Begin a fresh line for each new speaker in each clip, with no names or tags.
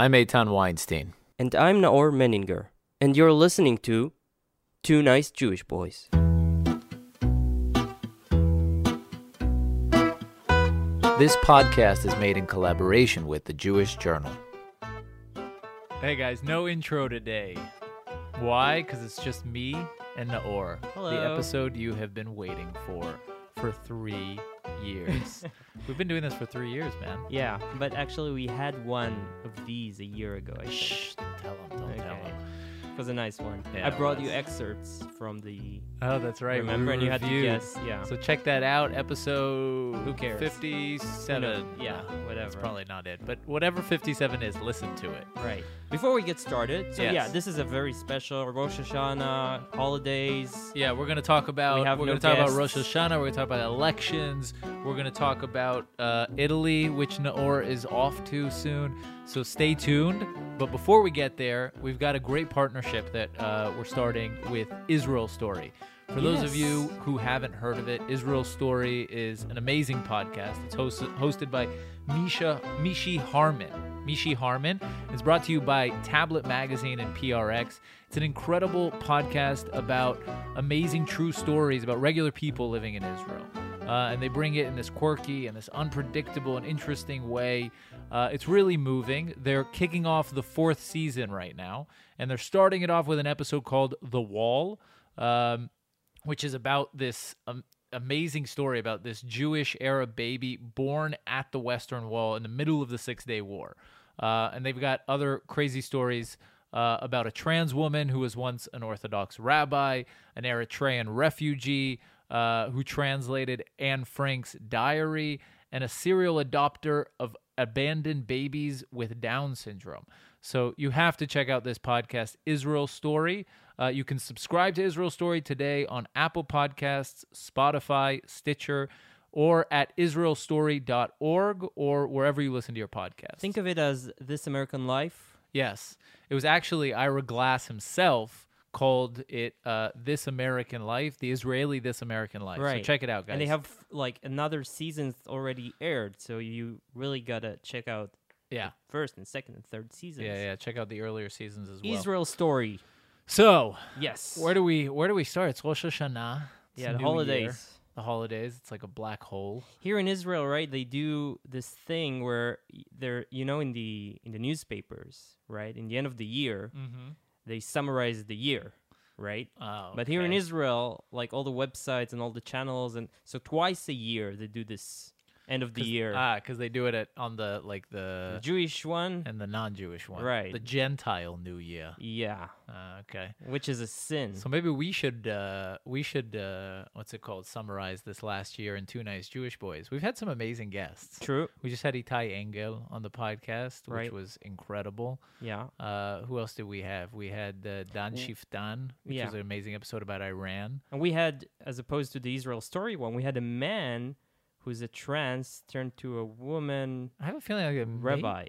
I'm Eitan Weinstein.
And I'm Naor Menninger. And you're listening to Two Nice Jewish Boys.
This podcast is made in collaboration with the Jewish Journal.
Hey guys, no intro today. Why? Because it's just me and Naor. The
Hello.
episode you have been waiting for for three years. We've been doing this for three years, man.
Yeah, but actually, we had one of these a year ago. I think.
Shh, don't tell him. Don't tell
Okay.
him.
It was a nice one.
Yeah,
I
it
brought you
was.
excerpts from the.
Oh, that's right. we
remember, and you had to
reviewed.
guess. Yeah.
So check that out, episode
Who cares?
57.
Who knows? Yeah,
No, That's
whatever.
probably not it, but whatever 57 is, listen to it.
right. Before we get started, so yeah,
Yes.
this is a very special Rosh Hashanah holidays.
Yeah, we're gonna talk about we
We
are
have
gonna
no
talk about Rosh
guests.
Hashanah. We're gonna talk about elections. We're gonna talk about uh, Italy, which Naor is off to soon. So stay tuned. But before we get there, we've got a great partnership that uh, we're starting with Israel Story. For those of you
Yes.
who haven't heard of it, Israel Story is an amazing podcast. It's host- hosted by Misha Mishi Harman. Mishi Harman. It's brought to you by Tablet Magazine and PRX. It's an incredible podcast about amazing true stories about regular people living in Israel. Uh, and they bring it in this quirky and this unpredictable and interesting way. Uh, it's really moving. They're kicking off the fourth season right now, and they're starting it off with an episode called The Wall. Um, which is about this um, amazing story about this Jewish Arab baby born at the Western Wall in the middle of the Six Day War. Uh, and they've got other crazy stories uh, about a trans woman who was once an Orthodox rabbi, an Eritrean refugee uh, who translated Anne Frank's diary, and a serial adopter of abandoned babies with Down syndrome. So you have to check out this podcast, Israel Story. Uh, you can subscribe to Israel Story today on Apple Podcasts, Spotify, Stitcher, or at israelstory.org or wherever you listen to your podcast.
Think of it as This American Life.
yes, it was actually Ira Glass himself called it uh, "This American Life," the Israeli "This American Life." So
Right.
check it out, guys.
And they have like another season's already aired, so you really gotta check out
yeah,
first and second and third seasons.
yeah, yeah. Check out the earlier seasons as well.
Israel story.
So
Yes.
where do we where do we start? It's Rosh Hashanah. It's
yeah,
a new
the
year.
holidays.
The holidays. It's like a black hole.
here in Israel, right? They do this thing where y- they're, you know, in the in the newspapers, right? In the end of the year,
Mm-hmm.
they summarize the year, right?
Oh,
But here in
okay.
Israel, like all the websites and all the channels, and so twice a year they do this end of the
'Cause-
year,
Ah, because they do it at, on the like
the
the
Jewish one,
and the non-Jewish one,
Right. Mm.
The Gentile New Year.
yeah,
Uh, okay,
which is a sin.
so maybe we should uh, we should uh, what's it called? Summarize this last year in two nice Jewish boys. We've had some amazing guests.
True.
We just had Itai Engel on the podcast, which
Right.
was incredible.
Yeah.
Uh, who else did we have? We had uh, Dan Shiftan, which
Yeah.
was an amazing episode about Iran.
And we had, as opposed to the Israel story one, we had a man who's a trans turned to a woman
I have a feeling like it may-
rabbi.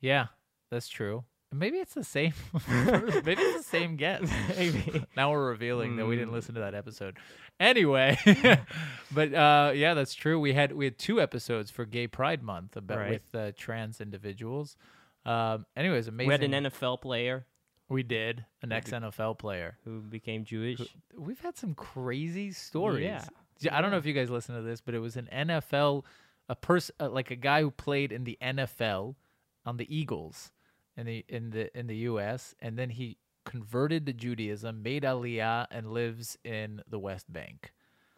Yeah, that's true. Maybe it's the same. Maybe it's the same guest.
Maybe.
now we're revealing that we didn't
Mm.
listen to that episode. Anyway, but uh, yeah, that's true. We had we had two episodes for Gay Pride Month about
Right.
with uh, trans individuals. Um, anyways, amazing.
We had an NFL player.
We did an ex NFL player.
who became Jewish.
We've had some crazy stories.
Yeah.
J- I don't know if you guys listen to this, but it was an NFL, a person uh, like a guy who played in the NFL on the Eagles in the in the in the U.S. and then he converted to Judaism, made Aliyah, and lives in the West Bank.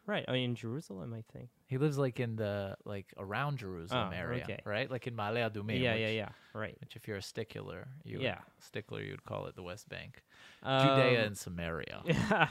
Right. I mean, in Jerusalem, I think.
He lives like in the like around Jerusalem
Oh,
area,
okay.
right? Like in Male Adumim.
yeah,
which,
yeah, yeah. Right.
Which, if you're a stickler, you
Yeah.
stickler, you'd call it the West Bank, Judea and Samaria.
Um,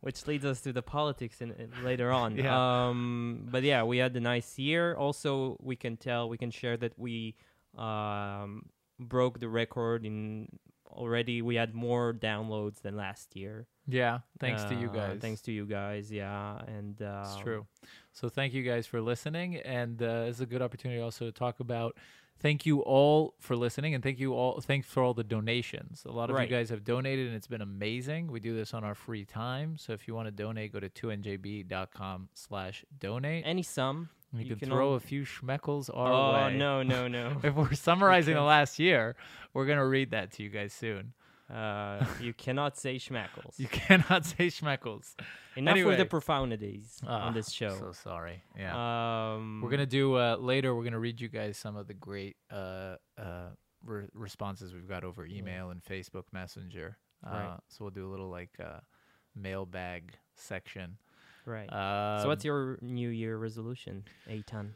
Which leads us to the politics in, in- later on.
Yeah.
Um, but yeah, we had a nice year. Also, we can tell, we can share that we um, broke the record in already. We had more downloads than last year.
Yeah, thanks to you
Uh,
guys.
Thanks to you guys. Yeah. And uh,
It's true. So thank you guys for listening, and uh, it's a good opportunity also to talk about. Thank you all for listening, and thank you all. Thanks for all the donations. A lot of
Right.
you guys have donated, and it's been amazing. We do this on our free time, so if you want to donate, go to 2njb.com/slash donate.
Any sum?
You,
You
can,
can
throw
only-
a few schmeckles our
Oh
way.
no no no!
If we're summarizing the
Okay.
last year, we're gonna read that to you guys soon.
uh, you cannot say schmackles.
You cannot say schmeckles.
Enough with
anyway.
the profundities
Ah,
on this show.
So sorry. Yeah.
Um,
we're gonna do uh, later. We're gonna read you guys some of the great uh, uh, re- responses we've got over email and Facebook Messenger. Uh,
Right.
So we'll do a little like uh, mailbag section.
right.
Uh,
so what's your New Year resolution, Eitan?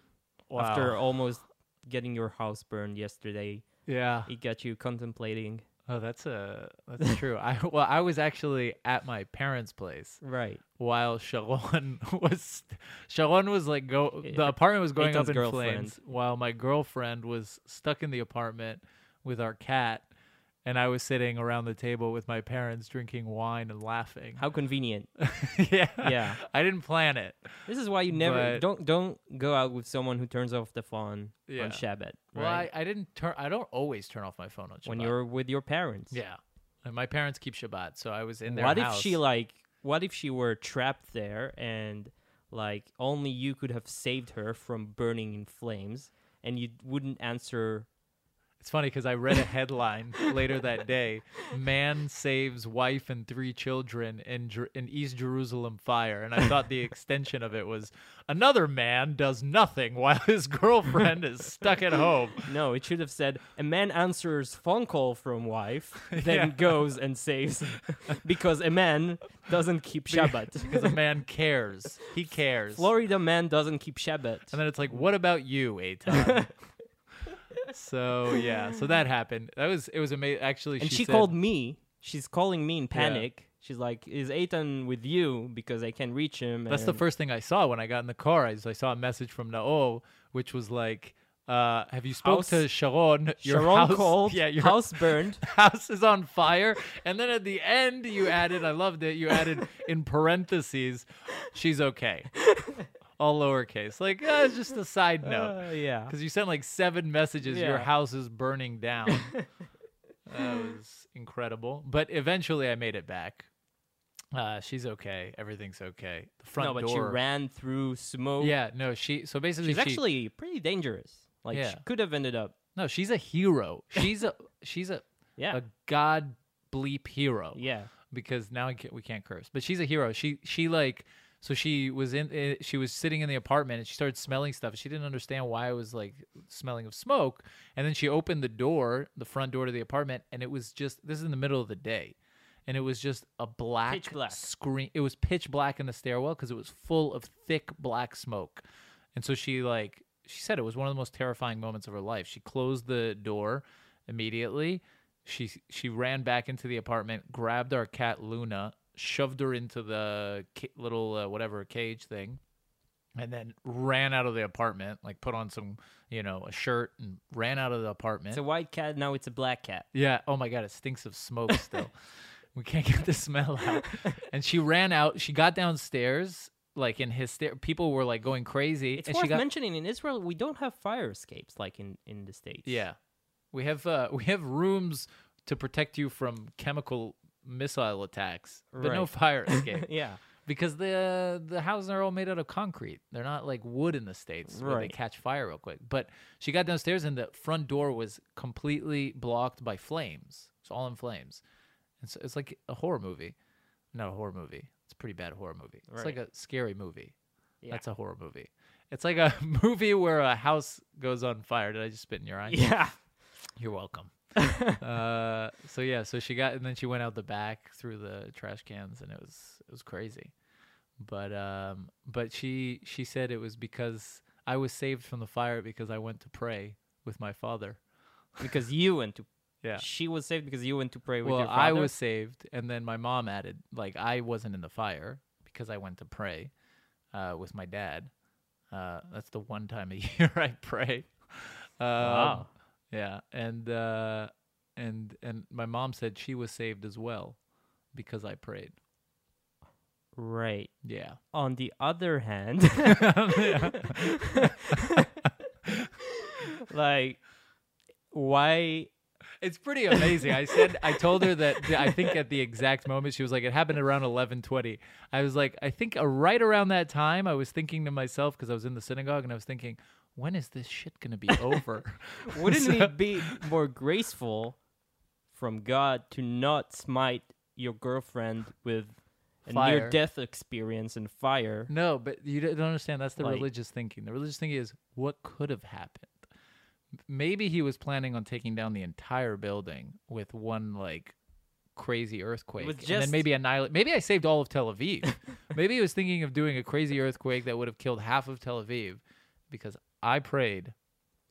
wow.
After almost getting your house burned yesterday,
Yeah.
it got you contemplating.
Oh, that's uh, that's true. I well, I was actually at my parents' place
Right.
while Shalon was Shalon was like go the
Yeah,
apartment was going up
Eitan's
in
girlfriend.
flames while my girlfriend was stuck in the apartment with our cat and I was sitting around the table with my parents drinking wine and laughing.
How convenient.
yeah.
yeah.
I didn't plan it.
This is why you never
But-
don't don't go out with someone who turns off the phone
Yeah.
on Shabbat.
Well,
right?
I, I didn't turn I don't always turn off my phone on Shabbat.
when you're with your parents.
Yeah. And my parents keep Shabbat, so I was in their
What
house.
if she like? What if she were trapped there and like only you could have saved her from burning in flames, and you wouldn't answer?
It's funny because I read a headline later that day: "Man saves wife and three children in Jer- in East Jerusalem fire," and I thought the extension of it was another man does nothing while his girlfriend is stuck at home.
No, it should have said a man answers phone call from wife, then
Yeah.
goes and saves, because a man doesn't keep
because
Shabbat.
a man cares. He cares.
Florida man doesn't keep Shabbat.
and then it's like, "What about you, Eitan?" so yeah, so that happened. That was it was amazing. Actually,
and she,
said-
called me. She's calling me in panic. She's like, "Is Eitan with you? Because I can't reach him."
That's the
and-
first thing I saw when I got in the car. Is I saw a message from Naol, which was like, uh, "Have you spoke to
House-
Sharon?
Sharon
house,
called.
Yeah, your house.
house burned.
is on fire." And then at the end, you added, "I loved it." You added in parentheses, "She's okay," all lowercase. Like uh, it's just a side note
Uh, yeah.
because you sent like seven messages. Your
Yeah.
house is burning down. that was incredible. But eventually, I made it back. Uh, she's okay. Everything's okay. The front
no, but
door.
she ran through smoke.
Yeah, no, she. So basically,
she's
she,
actually pretty dangerous. Like she
Yeah.
could have ended up.
no, she's a hero. She's a she's a
Yeah.
a god bleep hero.
yeah.
because now I can't, we can't curse, but she's a hero. She she like so she was in eh, she was sitting in the apartment and she started smelling stuff. She didn't understand why it was like smelling of smoke, and then she opened the door, the front door to the apartment, and it was just this is in the middle of the day. And it was just a black,
Pitch black.
screen. It was pitch black in the stairwell because it was full of thick black smoke. And so she like she said it was one of the most terrifying moments of her life. She closed the door immediately. She she ran back into the apartment, grabbed our cat Luna, shoved her into the ca- little uh, whatever cage thing, and then ran out of the apartment. Like put on some you know a shirt and ran out of the apartment.
It's a white cat. Now it's a black cat.
Yeah. Oh my God, it stinks of smoke still. we can't get the smell out. And she ran out. She got downstairs, like in hysteria. People were like going crazy.
It's
and
worth
she got,
mentioning in Israel we don't have fire escapes like in in the states.
Yeah, we have uh, we have rooms to protect you from chemical missile attacks, but no
Right.
fire escape
Yeah.
because the the houses are all made out of concrete. They're not like wood in the states where they
Right.
catch fire real quick. But she got downstairs and the front door was completely blocked by flames. It's all in flames. And so it's like a horror movie. Not a horror movie. It's a pretty bad horror movie. It's like a scary movie.
Yeah.
That's a horror movie. It's like a movie where a house goes on fire. Did I just spit in your eye?
Yeah.
You're welcome. uh, so yeah, so she got and then she went out the back through the trash cans and it was it was crazy. But um but she she said it was because I was saved from the fire because I went to pray with my father.
Because you went to.
Yeah.
She was saved because you went to pray with
well,
your father.
I was saved and then my mom added like I wasn't in the fire because I went to pray uh with my dad. Uh that's the one time a year I pray. Um,
Wow.
Yeah, and uh, and and my mom said she was saved as well because I prayed.
Right.
Yeah,
On the other hand, like, why
It's pretty amazing. I said I told her that th- I think at the exact moment she was like, it happened around eleven twenty. I was like, I think uh, right around that time, I was thinking to myself because I was in the synagogue and I was thinking, when is this shit gonna be over?
Wouldn't
So-
it be more graceful from God to not smite your girlfriend with a
Fire.
near-death experience and fire?
No, but you don't understand. That's the
Like-
religious thinking. The religious thinking is what could have happened. Maybe he was planning on taking down the entire building with one like crazy earthquake, and
just-
then maybe annihilate. Maybe I saved all of Tel Aviv. maybe he was thinking of doing a crazy earthquake that would have killed half of Tel Aviv, because I prayed.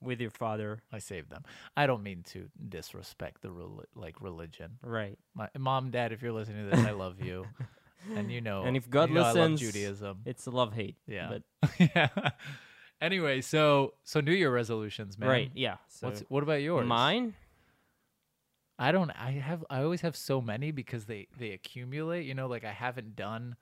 with your father.
I saved them. I don't mean to disrespect the rel- like religion.
Right.
My mom, dad, if you're listening to this, I love you, and you know.
And if God
you know I love
listens,
Judaism.
It's a love hate.
Yeah.
But,
yeah. Anyway, so so New Year resolutions, man.
right. Yeah. So
What's what about yours?
mine?
I don't. I have. I always have so many because they they accumulate. You know, like I haven't done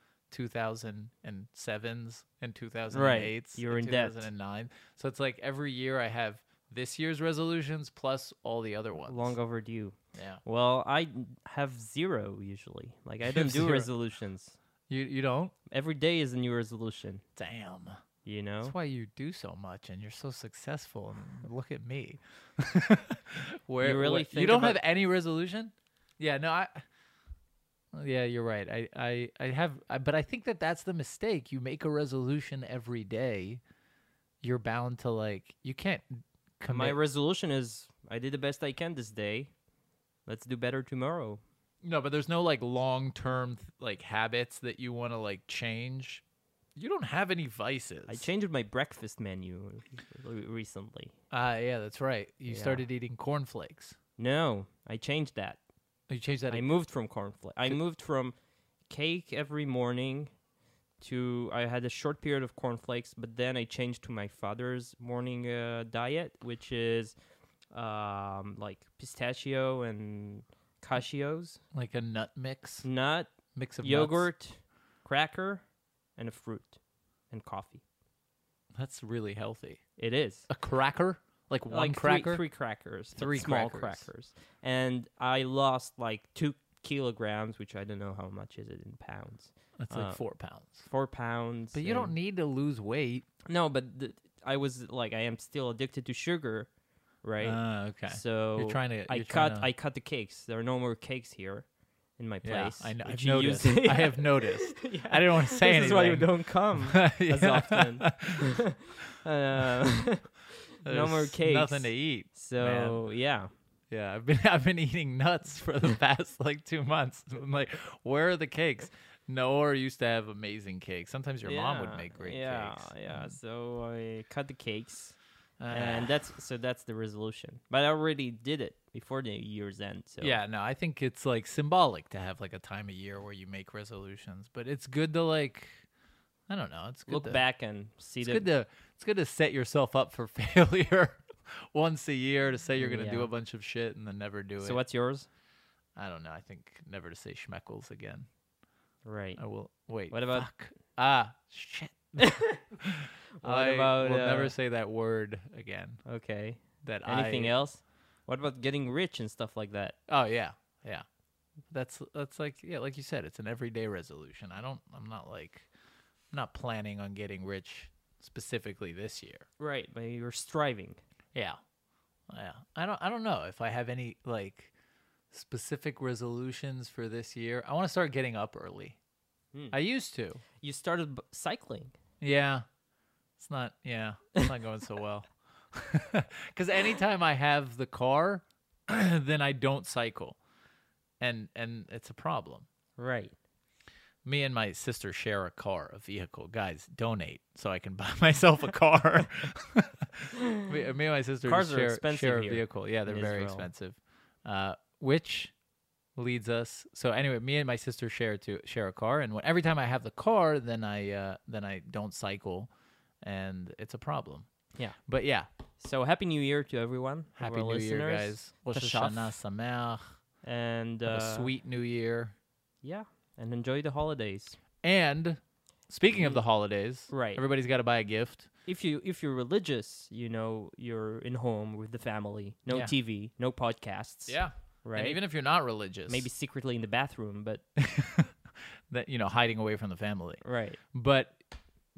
2007s and 2008s.
You're
and
in debt.
2009. So it's like every year I have this year's resolutions plus all the other ones.
Long overdue.
Yeah.
Well, I n- have zero usually. Like I
have
don't do
zero.
resolutions.
You you don't.
Every day is a new resolution.
Damn.
You know.
That's why you do so much and you're so successful. And look at me. Where
You really
wh- you
think
don't
about-
have any resolution? Yeah, no, I. Yeah, you're right. I, I, I have, I, but I think that that's the mistake. You make a resolution every day, you're bound to like you can't
My
commit.
resolution is I did the best I can this day. Let's do better tomorrow.
no, but there's no like long term like habits that you want to like change. You don't have any vices.
I changed my breakfast menu r- recently.
Ah, yeah, that's right. You
Yeah.
started eating cornflakes.
No, I changed that.
You changed that.
I moved from cornflakes. I moved from cake every morning to I had a short period of cornflakes, but then I changed to my father's morning uh, diet, which is um, like pistachio and cashews,
like a nut mix.
nut,
mix of nuts.
yogurt, cracker, and a fruit, and coffee.
That's really healthy.
It is.
A cracker, like one
like three-
cracker.
three, crackers, but
Three
small
crackers.
crackers. and I lost like two kilograms, which I don't know how much is it in pounds,
That's like
uh,
four pounds.
four pounds.
But you don't
and-
need to lose weight,
no, but th- I was like, I am still addicted to sugar, right?
Uh, Ah, okay.
So
trying to-
I
you're
cut,
trying to-
I cut the cakes. There are no more cakes here in my
yeah,
place.
I know, I've
which you used-
noticed. I have noticed. I didn't want to say
this is why you
anything.
don't come as
Yeah.
often. uh, no more
There's
cakes.
Nothing to eat.
so yeah.
Yeah, I've been I've been eating nuts for the past like two months. I'm like, where are the cakes? Noah used to have amazing cakes. Sometimes your mom would
Yeah,
make great
yeah,
cakes. Mm-hmm.
Yeah, So I cut the cakes,
Ah.
and that's so that's the resolution. But I already did it before the year's end. So
Yeah, no, I think it's like symbolic to have like a time of year where you make resolutions, but it's good to like, I don't know, it's good
look
to,
back and see
It's
the
good to it's good to set yourself up for failure once a year to say you're gonna do
Yeah.
a bunch of shit and then never do it.
So what's yours?
I don't know. I think never to say schmeckles again.
Right.
I will wait.
What about-
fuck. ah shit?
What
I
about,
will
uh,
never say that word again.
Okay.
That
Anything
I,
else? What about getting rich and stuff like that?
Oh yeah, yeah. That's that's like yeah, like you said, it's an everyday resolution. I don't, I'm not like, I'm not planning on getting rich specifically this year.
Right, but you're striving.
Yeah, yeah. I don't, I don't know if I have any like specific resolutions for this year. I want to start getting up early.
Hmm.
I used to.
You started b- cycling.
Yeah, it's not. Yeah, it's not going so well. Because anytime I have the car, then I don't cycle, and and it's a problem.
Right.
me and my sister share a car, a vehicle. Guys, donate so I can buy myself a car. me, me and my sister
Cars are
share,
expensive
share a
here
vehicle. Yeah, they're
in
very
Israel.
expensive. Uh, which leads us. So anyway, me and my sister share to share a car, and when, every time I have the car, then I uh, then I don't cycle, and it's a problem.
Yeah.
But yeah,
So happy New Year to everyone. of
happy
our
New Year,
listeners,
guys. Rosh
Tashaf.
Hashanah Sameach.
And
Have
uh,
a sweet New Year.
Yeah, and enjoy the holidays.
And speaking of the holidays,
Right.
Everybody's got to buy a gift.
if you if you're religious, you know you're in home with the family, no
Yeah.
TV, no podcasts.
Yeah.
right.
And even if you're not religious,
maybe secretly in the bathroom, but
that you know hiding away from the family.
right.
But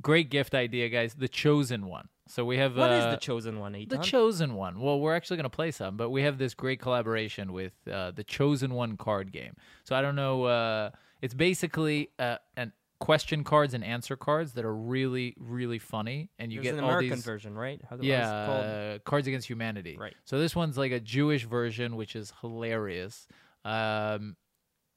great gift idea, guys. The chosen one. So we have
what is
uh,
the chosen one?
The
Eitan?
Chosen One. Well, we're actually going to play some, but we have this great collaboration with uh, the Chosen One card game. So I don't know. Uh, it's basically uh, an question cards and answer cards that are really, really funny, and you
There's
get
an
all
American
these.
version, right? How the what is
Yeah,
it called?
uh, Cards Against Humanity.
Right.
So this one's like a Jewish version, which is hilarious. Um,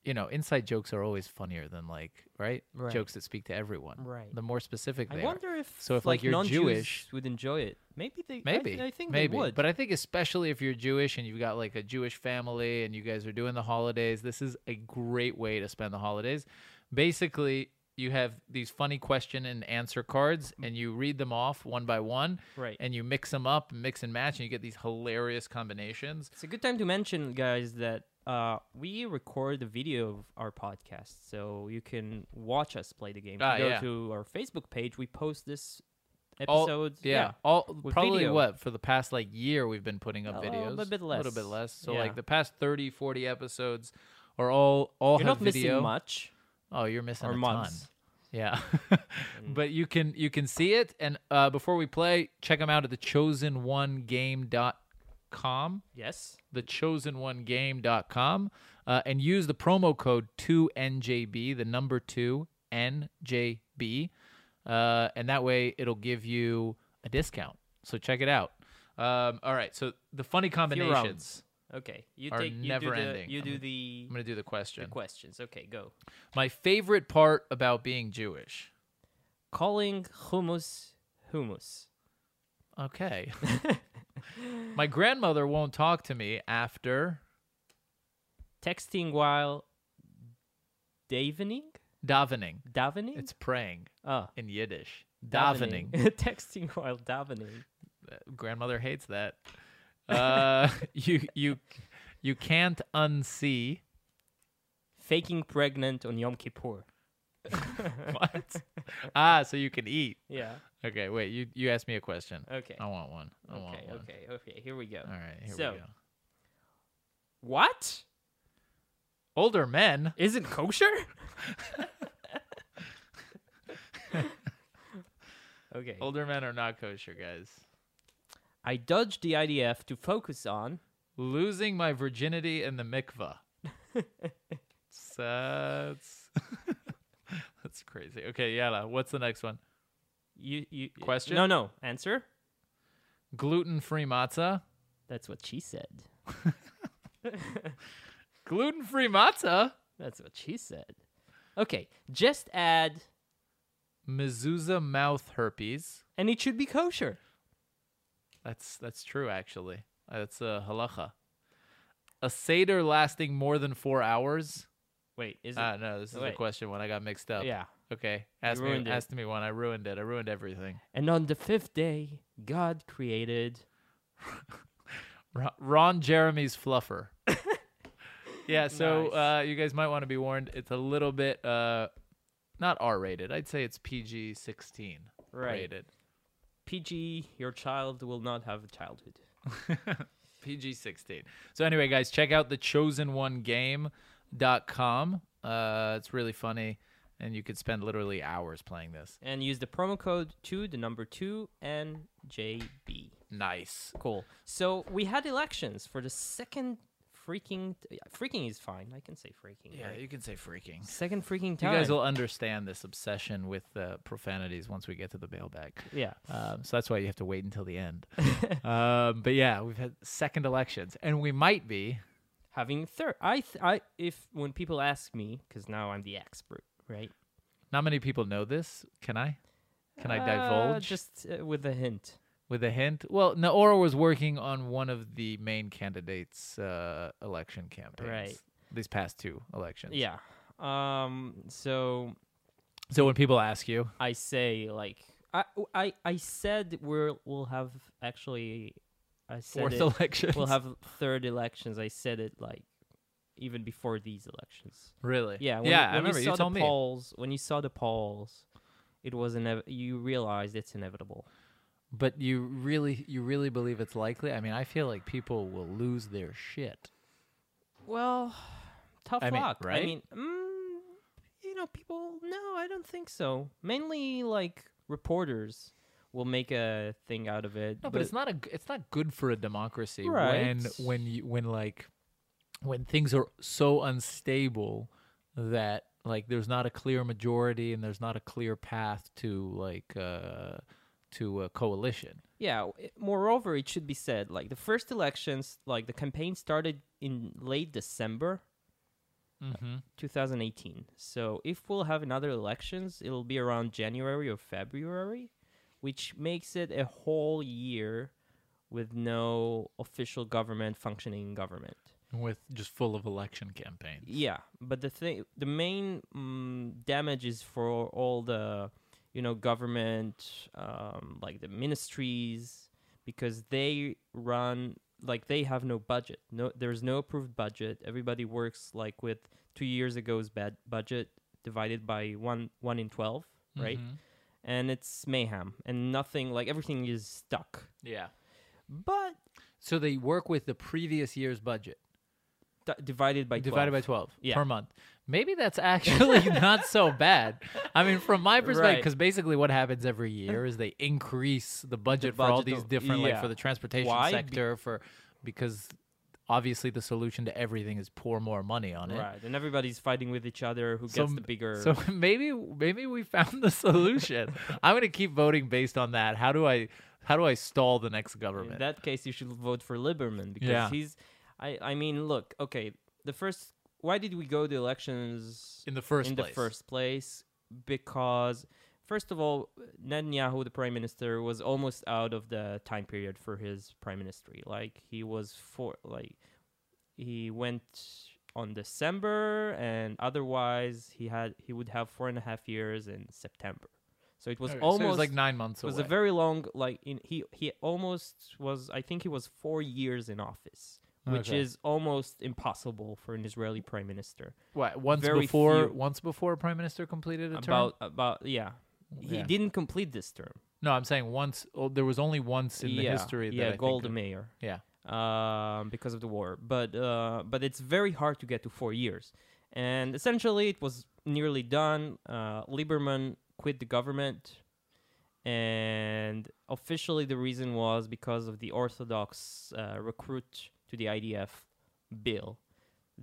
you know, inside jokes are always funnier than like right,
Right.
jokes that speak to everyone.
Right.
The more specific
I
they are.
wonder if
So if, like, you're
non-Jews
Jewish-
would enjoy it. Maybe they. I th-
Maybe.
I, think
maybe.
they would.
But I think especially if you're Jewish and you've got like a Jewish family and you guys are doing the holidays, this is a great way to spend the holidays. Basically, you have these funny question and answer cards
Mm-hmm.
and you read them off one by one
Right.
and you mix them up, mix and match and you get these hilarious combinations.
It's a good time to mention, guys, that uh, we record the video of our podcast, so you can watch us play the game. If you
Ah,
go
yeah.
to our Facebook page. We post this
All-
episode.
yeah, all
with
probably
video.
what for the past like year we've been putting up
A
videos.
little bit
A little bit
less.
less. So
Yeah.
like the past 30, 40 episodes are all all
You're
have
not
video.
missing much
Oh, you're missing
or
a
months. Mm.
ton. Yeah. but you can you can see it and uh, before we play, check them out at the chosen one game.com,
Yes.
the chosen one game.com uh, and use the promo code 2NJB, the number 2 NJB. Uh, and that way it'll give you a discount. So check it out. Um, all right, so the funny combinations.
Okay. You
Are Mm-hmm.
take. You
never
do the.
ending.
You
I'm
do
gonna-
the,
I'm going to do the
the
question.
questions. Okay, go.
My favorite part about being Jewish.
Calling hummus hummus.
Okay. My grandmother won't talk to me after
Texting while davening.
davening.
Davening.
It's praying
ah.
in Yiddish.
davening.
Davening.
Texting while davening.
Grandmother hates that. Uh, you you you can't unsee
Faking pregnant on Yom Kippur.
what? ah, so you can eat.
Yeah.
Okay, wait. You you asked me a question.
Okay.
I want one. I want
okay.
one.
Okay. Okay. Here we go.
All right, here
So-
we go.
What?
Older men.
Is it kosher? okay.
Older men are not kosher, guys.
I dodged the IDF to focus on
Losing my virginity in the mikvah. It's, uh, it's- that's crazy. Okay, Yala, what's the next one?
you. You
Question?
No, no. Answer.
Gluten free matzah.
That's what she said.
Gluten free matzah.
That's what she said. Okay. Just add,
Mezuzah mouth herpes.
and it should be kosher.
That's that's true actually. That's a halacha. A seder lasting more than four hours.
Wait. Is it?
Ah, no, this is the
wait.
question one. I got mixed up.
yeah.
Okay. Ask me.
ruined it.
Ask me one. I ruined it. I ruined everything.
And on the fifth day, God created.
Ro- Ron Jeremy's fluffer. yeah, so uh, you guys might want to be warned. It's a little bit uh, not R rated. I'd say it's PG sixteen
Right.
rated.
PG, your child will not have a childhood.
PG sixteen. So anyway, guys, check out the chosen one game.com. Uh, it's really funny, and you could spend literally hours playing this.
And use the promo code 2, the number 2, and JB.
Nice.
Cool. So we had elections for the second freaking. t- yeah, freaking is fine. I can say freaking.
Yeah,
right?
you can say freaking.
Second freaking
You
time.
guys will understand this obsession with uh, profanities once we get to the mailbag.
Yeah.
Um, so that's why you have to wait until the end. um, but yeah, we've had second elections, and we might be.
Having third. I, th- I, if, when people ask me, because now I'm the expert, right?
Not many people know this. Can I? Can I divulge
Just uh, with a hint.
with a hint? Well, Naora was working on one of the main candidates' uh, election campaigns.
Right.
These past two elections.
Yeah. Um, so
So when people ask you,
I say like I I I said we're we'll have actually I said
fourth
it,
election,
we'll have third elections. I said it like even before these elections.
really.
Yeah, when,
yeah.
when
I remember
you saw
told
the
me.
polls, when you saw the polls, it was inev- you realized it's inevitable.
But you really, you really believe it's likely? I mean, I feel like people will lose their shit.
Well, tough
I mean,
luck.
right?
I mean, mm, you know, people. No, I don't think so. Mainly, like reporters will make a thing out of it.
No, but, it's not a. g- It's not good for a democracy when
Right.
when you when like when things are so unstable that like there's not a clear majority and there's not a clear path to like uh to a coalition.
Yeah. w- i- Moreover, it should be said, like the first elections, like the campaign started in late December
Mm-hmm.
2018. So if we'll have another elections, it'll be around January or February, which makes it a whole year with no official government functioning government.
With just full of election campaigns.
Yeah, but the thing, the main mm damage is for all the, you know, government, um, like the ministries, because they run like they have no budget. No, there's no approved budget. Everybody works like with two years ago's bad budget divided by one one in 12 right?
Mhm.
And it's mayhem and nothing. Like everything is stuck.
Yeah. Mm.
But
So they work with the previous year's budget
d- divided by 12.
divided by 12
Yeah.
per month. Maybe that's actually not so bad. I mean, from my perspective,
Right.
because basically what happens every year is they increase the budget, for all
budget
these
of-
different, like
yeah.
for the transportation
Why? Be-
sector, for because obviously the solution to everything is pour more money on it.
Right, and everybody's fighting with each other who gets
So m-
the bigger.
So maybe maybe we found the solution. I'm gonna keep voting based on that. How do I how do I stall the next government?
In that case, you should vote for Lieberman because
Yeah.
he's. I I mean, look, okay. The first, why did we go to elections
in the first
in
place.
the first place? Because first of all, Netanyahu, the prime minister, was almost out of the time period for his prime ministry. Like he was for like he went on December, and otherwise he had he would have four and a half years in September. So it was
Okay, so
almost
it was like nine months
it was
away.
a very long like in he he almost was i think he was four years in office which
Okay.
is almost impossible for an israeli prime minister
What once
very
before
few-
once before a prime minister completed a term?
about about yeah he
Yeah.
didn't complete this term
No, I'm saying once. Oh, there was only once in the
yeah,
history. That I
yeah
think
golda
of-
meir
Yeah.
um, because of the war. But uh, but it's very hard to get to four years, and essentially it was nearly done. Uh, Lieberman quit the government, and officially the reason was because of the Orthodox uh, recruit to the IDF bill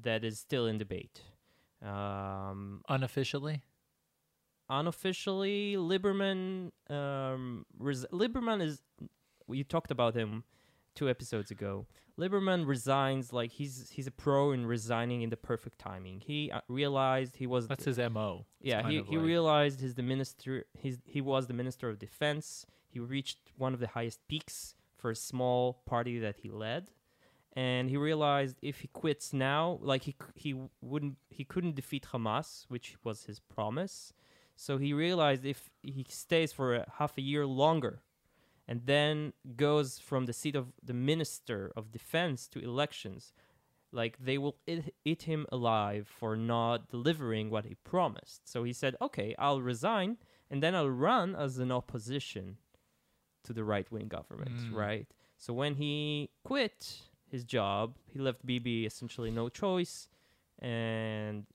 that is still in debate. Um,
Unofficially.
unofficially, Lieberman um, res- Lieberman is you talked about him two episodes ago. Lieberman resigns like he's he's a pro in resigning in the perfect timing. He uh, realized he was
That's his mo. It's
yeah
kind
he,
of
he
like-
realized he's the minister he's, he was the minister of defense. He reached one of the highest peaks for a small party that he led. And he realized if he quits now, like he c- he wouldn't he couldn't defeat Hamas, which was his promise. So he realized if he stays for a half a year longer and then goes from the seat of the minister of defense to elections, like they will eat, eat him alive for not delivering what he promised. So he said, okay, I'll resign and then I'll run as an opposition to the right wing government,
Mm.
right? So when he quit his job, he left Bibi essentially no choice. And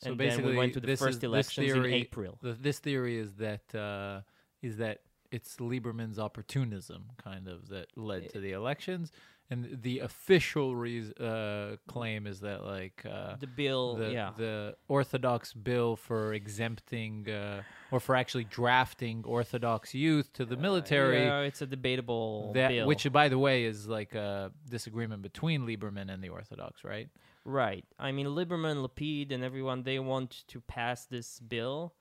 So
and
basically,
then we went to the
this
first
is,
elections
this theory,
in April.
The, this theory is that uh, is that it's Lieberman's opportunism kind of that led
Eh.
to the elections, and the official reas uh, claim is that like uh,
The bill,
the,
yeah,
the Orthodox bill for exempting uh, or for actually drafting Orthodox youth to the military.
Uh, Yeah, it's a debatable
that
bill.
which, by the way, is like a disagreement between Lieberman and the Orthodox, right?
right? I mean, Lieberman, Lapid, and everyone they want to pass this bill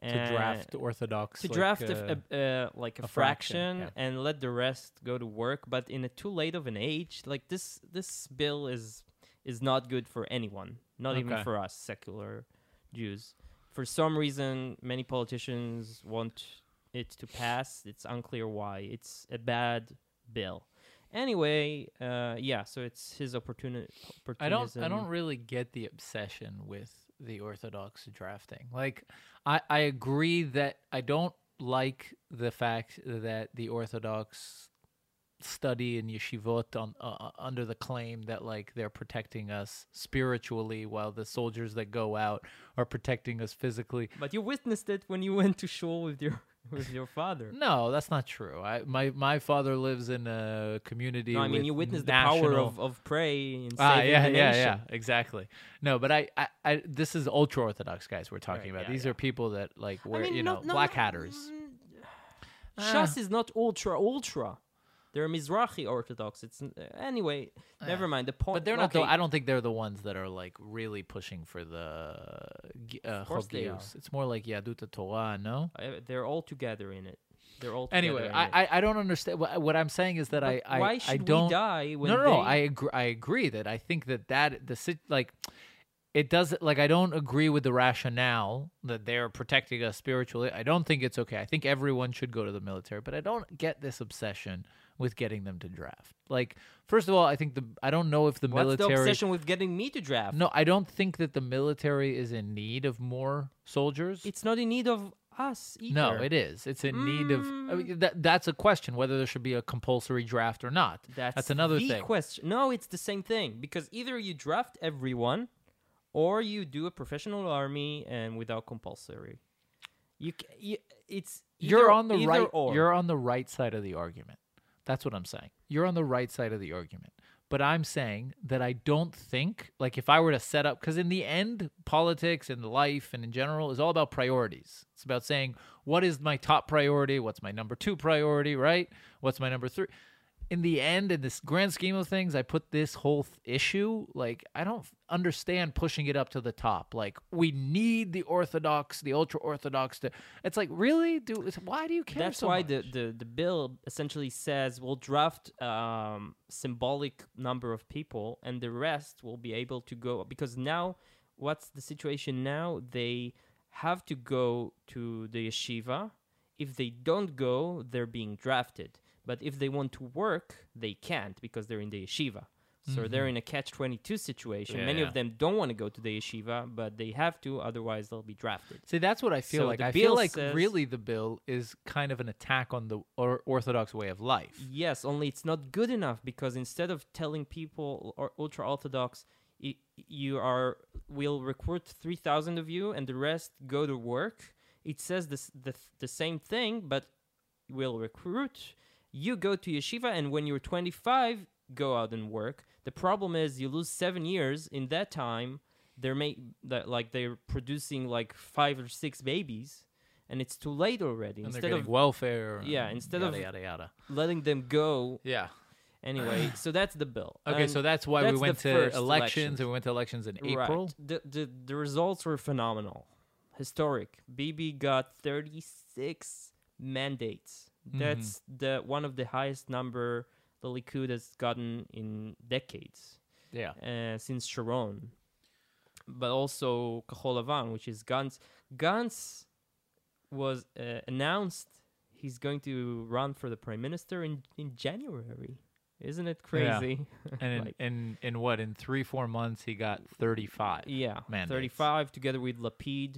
to
and-
draft Orthodox.
to
like,
draft a,
uh,
f- a- uh, like a,
a fraction,
fraction, and let the rest go to work. But in a too late of an age, like this, this bill is is not good for anyone, not even
Okay.
for us secular Jews. For some reason, many politicians want it to pass. It's unclear why. It's a bad bill. Anyway, uh, yeah. So it's his opportunity.
I don't I don't really get the obsession with the Orthodox drafting. Like I I agree that I don't like the fact that the Orthodox study in yeshivot on uh, uh, under the claim that like they're protecting us spiritually while the soldiers that go out are protecting us physically
But you witnessed it when you went to shul with your with your father.
no that's not true i my my father lives in a community
No, I mean
with
you witnessed the power
national-
of of pray and saving
Ah, yeah,
the
yeah,
nation.
yeah, exactly. No, but I, I, I this is ultra orthodox guys we're talking
Right,
about.
yeah,
These
yeah.
are people that like
I
were,
mean,
you
no-
know,
no,
black
no,
hatters. Ah.
mm, Shas is not ultra ultra. They're Mizrahi Orthodox. It's n- anyway. Never mind the point.
But they're not.
okay,
The, I don't think they're the ones that are like really pushing for the g- uh,
course they are.
Chogius. It's more like Yadut Torah, no.
I- Uh, they're all together in it. They're all together
Anyway,
in it.
I, I, I don't understand. What, what I'm saying is that I,
But
I,
why should
I don't.
we die when
no, no, no.
they-
I agree. I agree that I think that that the sit like it does like I don't agree with the rationale that they're protecting us spiritually. I don't think it's okay. I think everyone should go to the military, but I don't get this obsession with getting them to draft. Like, first of all, I think the I don't know if the
What's the
military.
obsession with getting me to draft?
no, I don't think that the military is in need of more soldiers.
it's not in need of us either. Mm.
No, it is. It's in need of. I mean, that, that's a question whether there should be a compulsory draft or not.
That's,
another
the
thing.
Question. No, it's the same thing because either you draft everyone, or you do a professional army and without compulsory. You, c- you it's
you're
either-
on the
either
right.
Or.
You're on the right side of the argument. That's what I'm saying. You're on the right side of the argument. But I'm saying that I don't think like if I were to set up because in the end, politics and life and in general is all about priorities. It's about saying what is my top priority, what's my number two priority, right? What's my number three? in the end, in this grand scheme of things, I put this whole th- issue like I don't f- understand pushing it up to the top. Like we need the Orthodox, the ultra Orthodox. To it's like really do. It's, why do you care?
That's
so
why
much?
the, the the bill essentially says we'll draft um symbolic number of people and the rest will be able to go because now what's the situation now they have to go to the yeshiva if they don't go they're being drafted but if they want to work they can't because they're in the yeshiva so they're in a catch 22 situation
Yeah,
many
Mm-hmm. yeah.
of them don't want to go to the yeshiva but they have to otherwise they'll be drafted
See, that's what I feel
So
like.
the
I feel
bill
like
says-
really the bill is kind of an attack on the or- Orthodox way of life.
Yes, only it's not good enough because instead of telling people or ultra orthodox, y- you are we'll recruit three thousand of you and the rest go to work. It says this the the same thing, but we'll recruit. You go to yeshiva, and when you're 25, go out and work. The problem is you lose seven years. In that time, they're make that like they're producing like five or six babies, and it's too late already.
And they're
instead
getting
of
welfare. and
yeah, instead
yada,
of-
yada yada.
letting them go
Yeah.
Anyway, so that's the bill.
Okay,
And
so that's why
that's
we
the
went to
first
elections, and we went to elections in
Right.
April.
The, the the results were phenomenal, historic. BB got 36 mandates.
Mm-hmm.
That's the one of the highest number the Likud has gotten in decades
Yeah.
uh, since Sharon. But also Kahol Lavan, which is Gantz. Gantz was uh, announced he's going to run for the prime minister in, in January. Isn't it crazy?
And in,
Like-
in in what in three four months he got thirty five.
Yeah,
mandates.
35 together with Lapid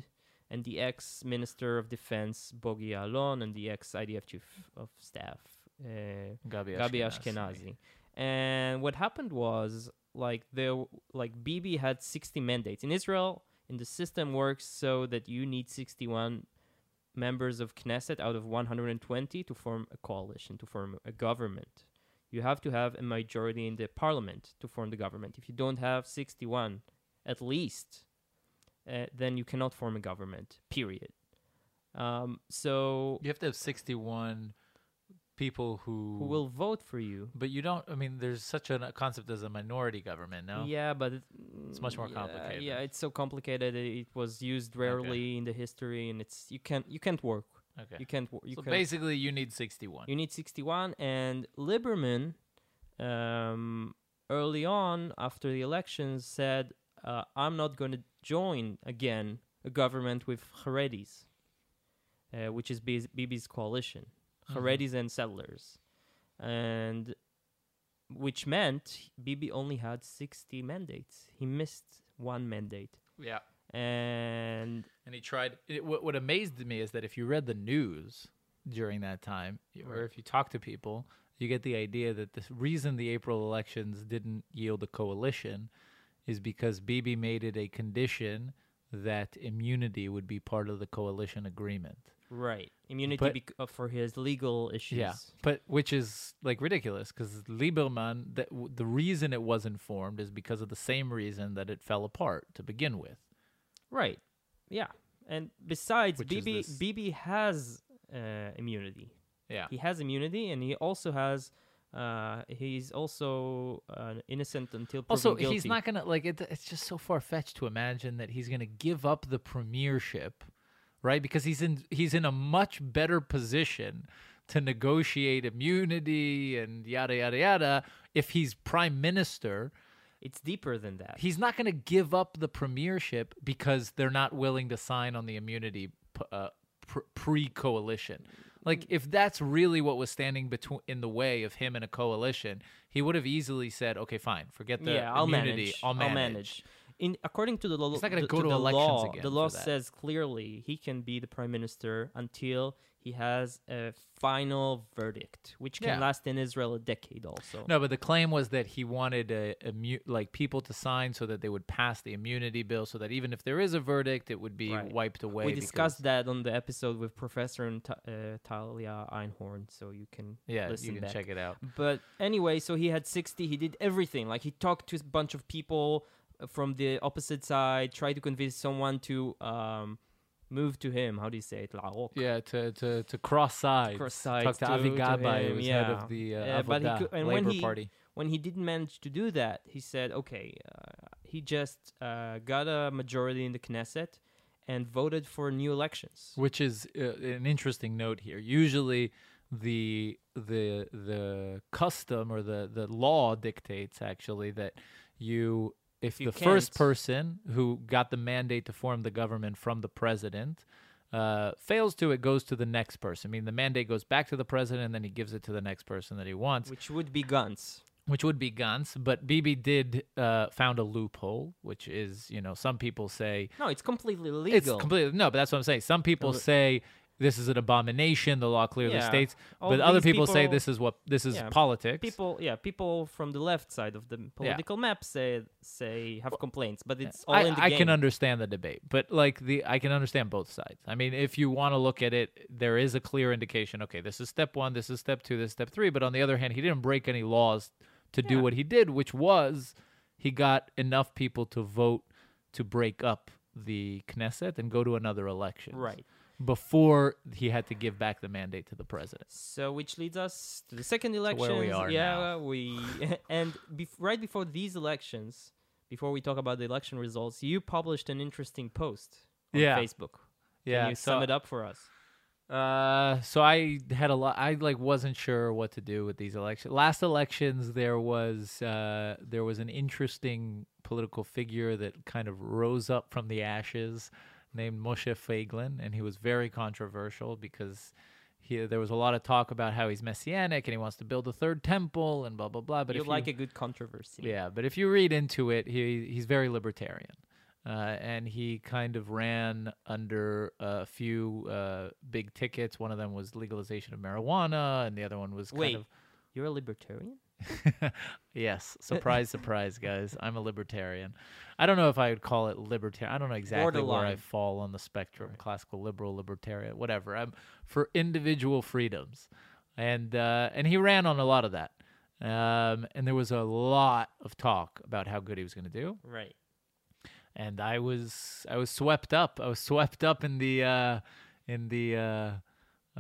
and the ex Minister of Defense Bogi Alon and the ex IDF Chief of Staff uh,
Gabi,
Gabi Ashkenazi. And what happened was like there w- like Bibi had 60 mandates in Israel. And the system works so that you need 61 members of Knesset out of 120 to form a coalition, to form a government. You have to have a majority in the parliament to form the government. If you don't have 61, at least, uh, then you cannot form a government, period. Um, so,
You have to have sixty one people who,
who will vote for you?
But you don't. I mean, there's such a concept as a minority government. No.
Yeah, but it-
It's much more
yeah,
complicated.
Yeah, it's so complicated. It it was used rarely in the history, and it's you can't you can't work.
Okay.
You can't. wo- You
so
can't,
basically, you need sixty one.
You need 61, and Lieberman, um, early on after the elections, said, uh, "I'm not going to join again a government with Haredis, uh, which is Bi's- Bibi's coalition,
Mm-hmm.
Haredis and settlers," and which meant Bibi only had 60 mandates. He missed one mandate
Yeah.
and
And he tried. It, what, what amazed me is that if you read the news during that time, y- or if you talk to people, you get the idea that the s- reason the April elections didn't yield a coalition is because Bibi made it a condition that immunity would be part of the coalition agreement.
right immunity
But-
bec- uh, for his legal issues.
Yeah, but which is like ridiculous because Lieberman, that w- the reason it wasn't formed is because of the same reason that it fell apart to begin with.
Right. Yeah. And besides,
Which is
BB
this-
BB has uh, immunity.
Yeah,
He has immunity, and he also has. Uh, he's also uh, innocent until proven
Also,
guilty.
he's not gonna like it. It's just so far fetched to imagine that he's gonna give up the premiership, right? Because he's in he's in a much better position to negotiate immunity and yada yada yada. If he's prime minister,
It's deeper than that.
he's not gonna give up the premiership because they're not willing to sign on the immunity p- uh, pr- pre-coalition.
Mm.
Like, if that's really what was standing between in the way of him and a coalition, he would have easily said, "Okay, fine, forget the
yeah, I'll
immunity.
manage. In according to the law,
He's not gonna go to
the
elections
law,
again
The
for
law
that.
says clearly he can be the prime minister until he has a final verdict, which can
Yeah.
last in Israel a decade. Also,
No, but the claim was that he wanted a, immu- like people to sign so that they would pass the immunity bill, so that even if there is a verdict, it would be
Right.
wiped away.
we
because-
discussed that on the episode with Professor and Ta- uh, Talia Einhorn, so you can
Yeah,
listen
you can
back.
check it out.
But anyway, so he had 60. He did everything. Like he talked to a bunch of people uh, from the opposite side, tried to convince someone to um, move to him. How do you say it? La'ok.
Yeah, to to to cross sides.
Cross sides
Talk to, Avi
to- to
Gabay, who
him,
was head
yeah.
of the uh,
Uh, but he
Avoda,
cou- and when
Labor
he-
Party.
When he didn't manage to do that, he said, okay, uh, he just uh, got a majority in the Knesset and voted for new elections.
which is uh, an interesting note here. Usually, the the the custom or the the law dictates actually that you if
You
the first
can't.
person who got the mandate to form the government from the president uh, fails to, it goes to the next person. I mean, the mandate goes back to the president, and then he gives it to the next person that he wants
Which would be guns.
which would be Gantz, but Bibi did uh, found a loophole, which is you know some people say
No, it's completely legal.
it's completely no, but that's what I'm saying. Some people
Ille-
say this is an abomination. The law clearly
Yeah.
states,
All
but other
these
people, say
people-
this is what this is
Yeah,
politics.
people yeah people from the left side of the political map say say have complaints but it's all
I,
in the
I
game
can understand the debate, but like the I can understand both sides. I mean, if you want to look at it, there is a clear indication. Okay, this is step one, this is step two, this is step three. But on the other hand, he didn't break any laws to do
Yeah.
what he did, which was he got enough people to vote to break up the Knesset and go to another election.
right
before he had to give back the mandate to the president.
so which leads us to the second
where we
election
are
yeah
now.
we and bef- right before these elections before we talk about the election results you published an interesting post on
Yeah.
facebook can you sum it up for us
Uh, so I had a lot. I like wasn't sure what to do with these elections. Last elections, there was uh, there was an interesting political figure that kind of rose up from the ashes, named Moshe Feiglin, and he was very controversial because he there was a lot of talk about how he's messianic and he wants to build a third temple and blah blah blah. But
you
if
like
you,
a good controversy
yeah, but if you read into it, he he's very libertarian, uh, and he kind of ran under a few uh, big tickets. One of them was legalization of marijuana, and the other one was kind
wait
of
you're a libertarian
yes, surprise, surprise, guys. I'm a libertarian. I don't know if I would call it libertarian. I don't know exactly where I
Borderline.
fall on the spectrum classical, liberal, libertarian, whatever. I'm for individual freedoms. And, uh, and he ran on a lot of that. Um, and there was a lot of talk about how good he was going to do
right
and I was I was swept up. I was swept up in the uh, in the uh,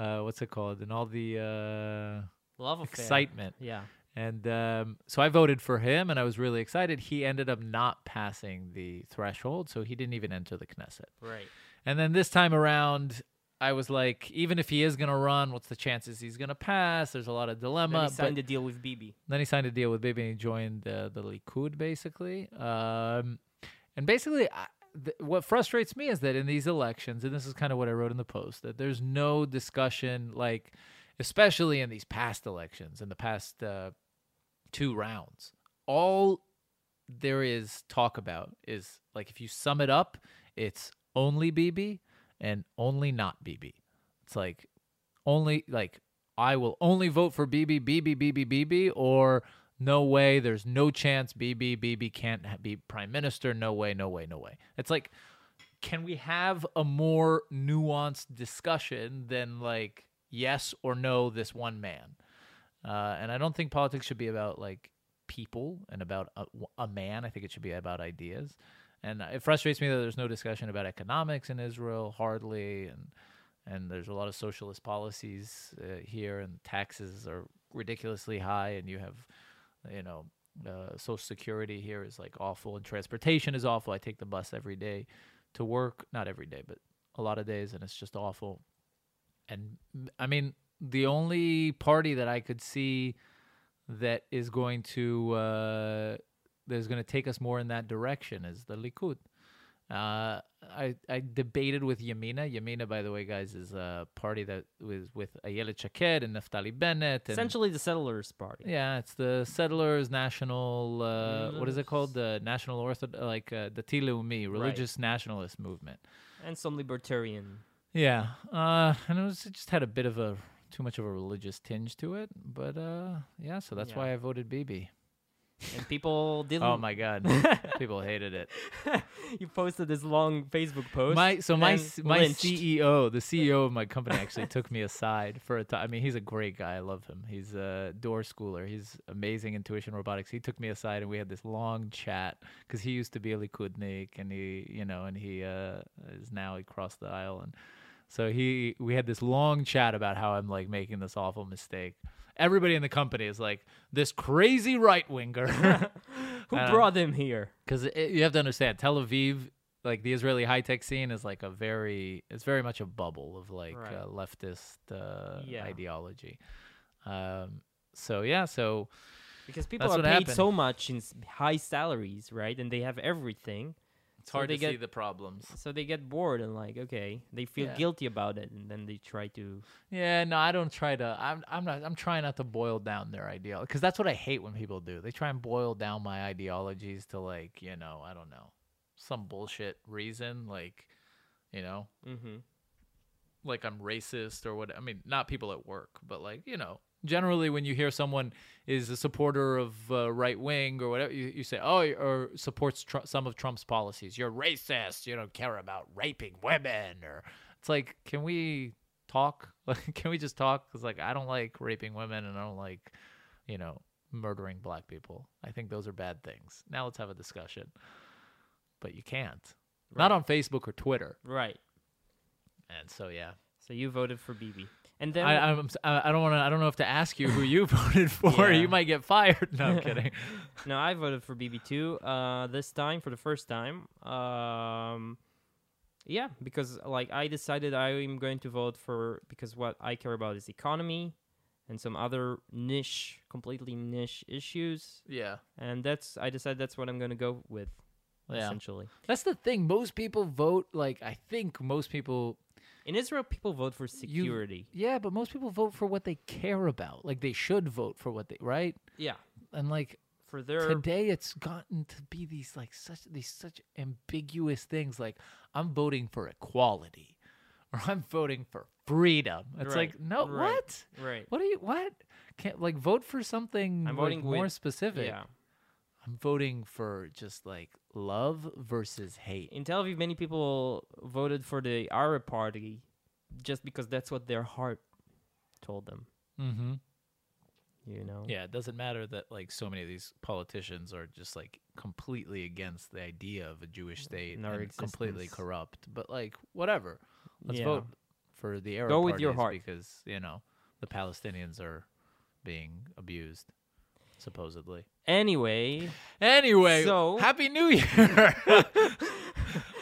uh, what's it called? In all the uh,
love affair
excitement.
yeah
And um, so I voted for him, and I was really excited. He ended up not passing the threshold, so he didn't even enter the Knesset.
right
And then this time around, I was like, even if he is gonna run, what's the chances he's gonna pass? There's a lot of
then
dilemma.
he signed
but-
a deal with bb
then he signed a deal with Bibi and he joined uh, the Likud, basically. Um, and basically, I, th- what frustrates me is that in these elections, and this is kind of what I wrote in the post, that there's no discussion, like, especially in these past elections, in the past uh, two rounds, all there is talk about is like if you sum it up, it's only BB and only not BB. It's like only like I will only vote for BB BB BB BB or no way there's no chance BB BB can't ha- be prime minister no way no way no way. It's like can we have a more nuanced discussion than like yes or no this one man? Uh, and I don't think politics should be about like people and about a, a man. I think it should be about ideas. And it frustrates me that there's no discussion about economics in Israel hardly, and and there's a lot of socialist policies uh, here, and taxes are ridiculously high, and you have, you know, uh, social security here is like awful, and transportation is awful. I take the bus every day to work, not every day, but a lot of days, and it's just awful. And I mean, the only party that I could see that is going to uh, that is going to take us more in that direction is the Likud. Uh, I I debated with Yamina. Yamina, by the way, guys, is a party that was with Ayelet Shaked and Naftali Bennett. And
Essentially, the settlers' party.
yeah, it's the Settlers National. Uh, what is it called? The National Orthodox, like uh, the Tilumi, Religious Nationalist Movement.
and some libertarian.
Yeah, uh, and it was it just had a bit of a too much of a religious tinge to it, but uh, yeah, so that's
Yeah.
why I voted BB.
And people didn't.
Oh my god, people hated it.
you posted this long Facebook post.
My so my
and
s- my E,
lynched.
CEO, the CEO of my company, actually took me aside for a time. I mean, he's a great guy. I love him. He's a door schooler. He's amazing in tuition robotics. He took me aside and we had this long chat because he used to be a Likudnik and he, you know, and he uh, is now he crossed the aisle and so he we had this long chat about how I'm like making this awful mistake. Everybody in the company is like this crazy right winger.
Who
Uh,
brought them here?
because you have to understand tel aviv like the israeli high-tech scene is like a very it's very much a bubble of like
Right.
uh, leftist uh,
Yeah.
ideology um, so yeah so
Because people
That's
are
what
paid
happened.
so much in s- high salaries, right? And they have everything.
it's
hard to get-
the problems
So they get bored and like, okay, they feel
Yeah.
guilty about it, and then they try to.
yeah no i don't try to i'm, I'm not i'm trying not to boil down their ideal because that's what i hate when people do they try and boil down my ideologies to like you know i don't know some bullshit reason like you know
Mm-hmm.
like I'm racist or what. I mean, not people at work, but like you know, generally when you hear someone is a supporter of uh, right wing or whatever, you, you say, oh, y- or supports tr- some of Trump's policies. You're racist. You don't care about raping women. Or it's like, can we talk? Like, can we just talk? Because like I don't like raping women and I don't like, you know, murdering black people. I think those are bad things. Now let's have a discussion. But you can't. Not on Facebook or Twitter.
Right.
And so yeah.
So you voted for BB, and then
I, I'm, s- I I don't want to. I don't know if to ask you who you voted for.
Yeah.
You might get fired. No, I'm kidding.
No, I voted for BB2 uh, this time for the first time. Um, yeah, because like I decided I am going to vote for because what I care about is economy and some other niche, completely niche issues,
Yeah,
and that's I decided that's what I'm going to go with
yeah.
essentially.
That's the thing. Most people vote like I think most people.
In Israel, people vote for security.
Yeah, but most people vote for what they care about. Like they should vote for what they right.
yeah,
And like
for their
today, it's gotten to be these like such these such ambiguous things. Like I'm voting for equality, or I'm voting for freedom. It's
Right,
like no,
right.
what?
right.
What are you? What? Can't like vote for something
I'm
like,
voting
more
with-
specific.
Yeah.
I'm voting for just like love versus hate.
In Tel Aviv, many people voted for the Arab party just because that's what their heart told them.
Mm-hmm.
you know
Yeah, it doesn't matter that like so many of these politicians are just like completely against the idea of a Jewish state
our
and completely
existence.
corrupt. But like whatever, let's
Yeah.
vote for the Arab
Go with your
parties
heart.
because you know the Palestinians are being abused supposedly.
anyway
Anyway,
So-
happy New Year.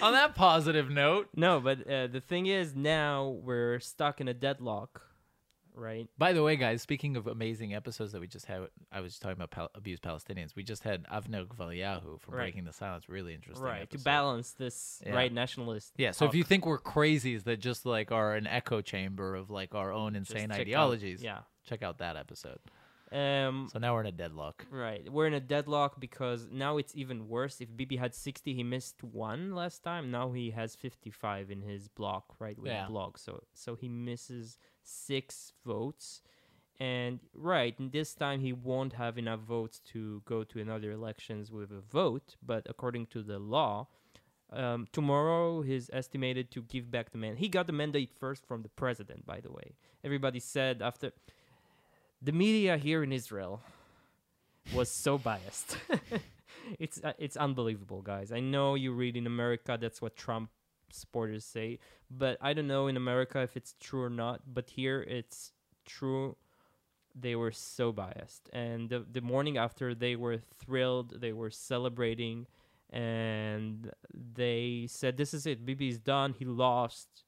On that positive note.
no but uh, the thing is now we're stuck in a deadlock right
By the way, guys, speaking of amazing episodes that we just had, I was talking about pal- abused Palestinians. We just had Avner Gvaliahu from
Right.
Breaking the Silence. Really interesting.
right to
episode.
balance this
Yeah.
right nationalist
Yeah. So if
talk,
you think we're crazies that just like are an echo chamber of like our own
just
insane
check out-
ideologies,
yeah
check out that episode.
Um,
So now we're in a deadlock.
Right. We're in a deadlock because now it's even worse. If Bibi had 60, he missed one last time. Now he has 55 in his block, right wing
Yeah.
block. So so he misses 6 votes. And right, and this time he won't have enough votes to go to another elections with a vote, but according to the law, um, tomorrow he's estimated to give back the mandate. He got the mandate first from the president, by the way. Everybody said after the media here in Israel was so biased. it's uh, it's unbelievable, guys. I know you read in America that's what Trump supporters say, but I don't know in America if it's true or not. But here it's true. They were so biased, and the the morning after they were thrilled, they were celebrating, and they said, "This is it. Bibi is done. He lost."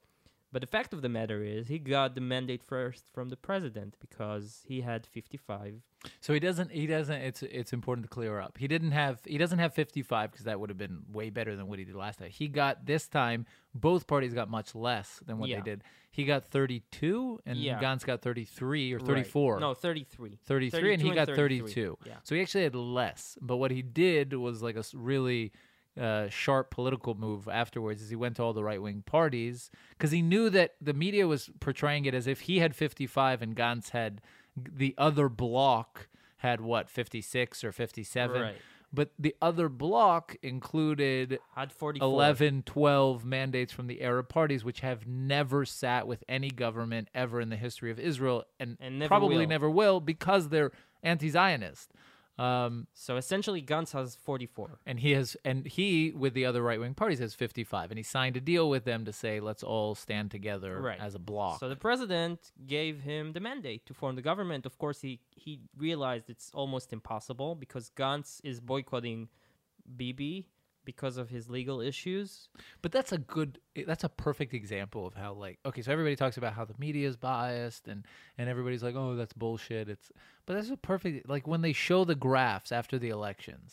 But the fact of the matter is, he got the mandate first from the president because he had 55
So he doesn't. He doesn't. It's it's important to clear up. He didn't have. He doesn't have 55 because that would have been way better than what he did last time. He got this time. Both parties got much less than what
Yeah.
they did. He got 32, and
Yeah.
Gantz got 33 or
Right.
34.
No, 33.
33, and he
32
got
33.
32.
Yeah.
So he actually had less. But what he did was like a s- really uh, sharp political move afterwards is he went to all the right wing parties because he knew that the media was portraying it as if he had 55 and Gantz had the other block had what 56 or 57
Right.
but the other block included
Had 44.
11 12 mandates from the arab parties which have never sat with any government ever in the history of israel and,
And never
probably
will.
never will because they're anti-zionist um,
So essentially, Gantz has 44.
and he has and he with the other right-wing parties has 55 and he signed a deal with them to say let's all stand together
Right.
as a block
So the president gave him the mandate to form the government. Of course, he, he realized it's almost impossible because Gantz is boycotting Bibi because of his legal issues.
But that's a good eh, that's a perfect example of how like okay, so everybody talks about how the media is biased and and everybody's like, "Oh, that's bullshit." It's but that's a perfect like when they show the graphs after the elections.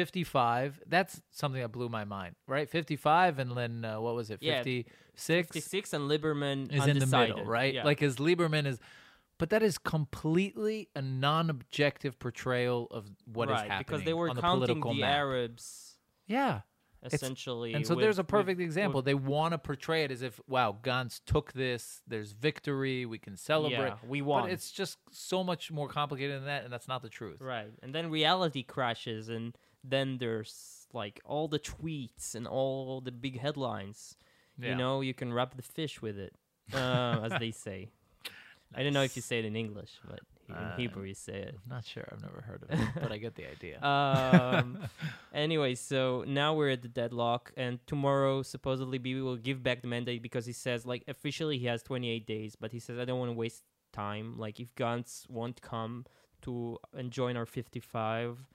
55, that's something that blew my mind, right? 55 and then uh, what was it?
Yeah,
56
56 and Lieberman
is in
undecided.
the middle, right?
Yeah.
Like as Lieberman is but that is completely a non-objective portrayal of what is
right,
happening
Because they were
on the
counting
political
the
map.
Arabs
yeah. It's-
essentially.
And so
with-
there's a
with-
perfect
with-
example. they want to portray it as if, wow, Gantz took this. There's victory. We can celebrate.
Yeah, we won.
But it's just so much more complicated than that, and that's not the truth.
Right. And then reality crashes and then there's like all the tweets and all the big headlines.
Yeah.
You know, you can wrap the fish with it, uh, as they say. I don't know if you say it in English, but in
Uh,
Hebrew you say
I'm not sure. I've never heard of it, but I get the idea.
it. Um, anyway, so now we're at the deadlock, and tomorrow supposedly Bibi will give back the mandate because he says, like, officially he has 28 days, but he says, I don't want to waste time. Like, if Gantz won't come to and join our 55,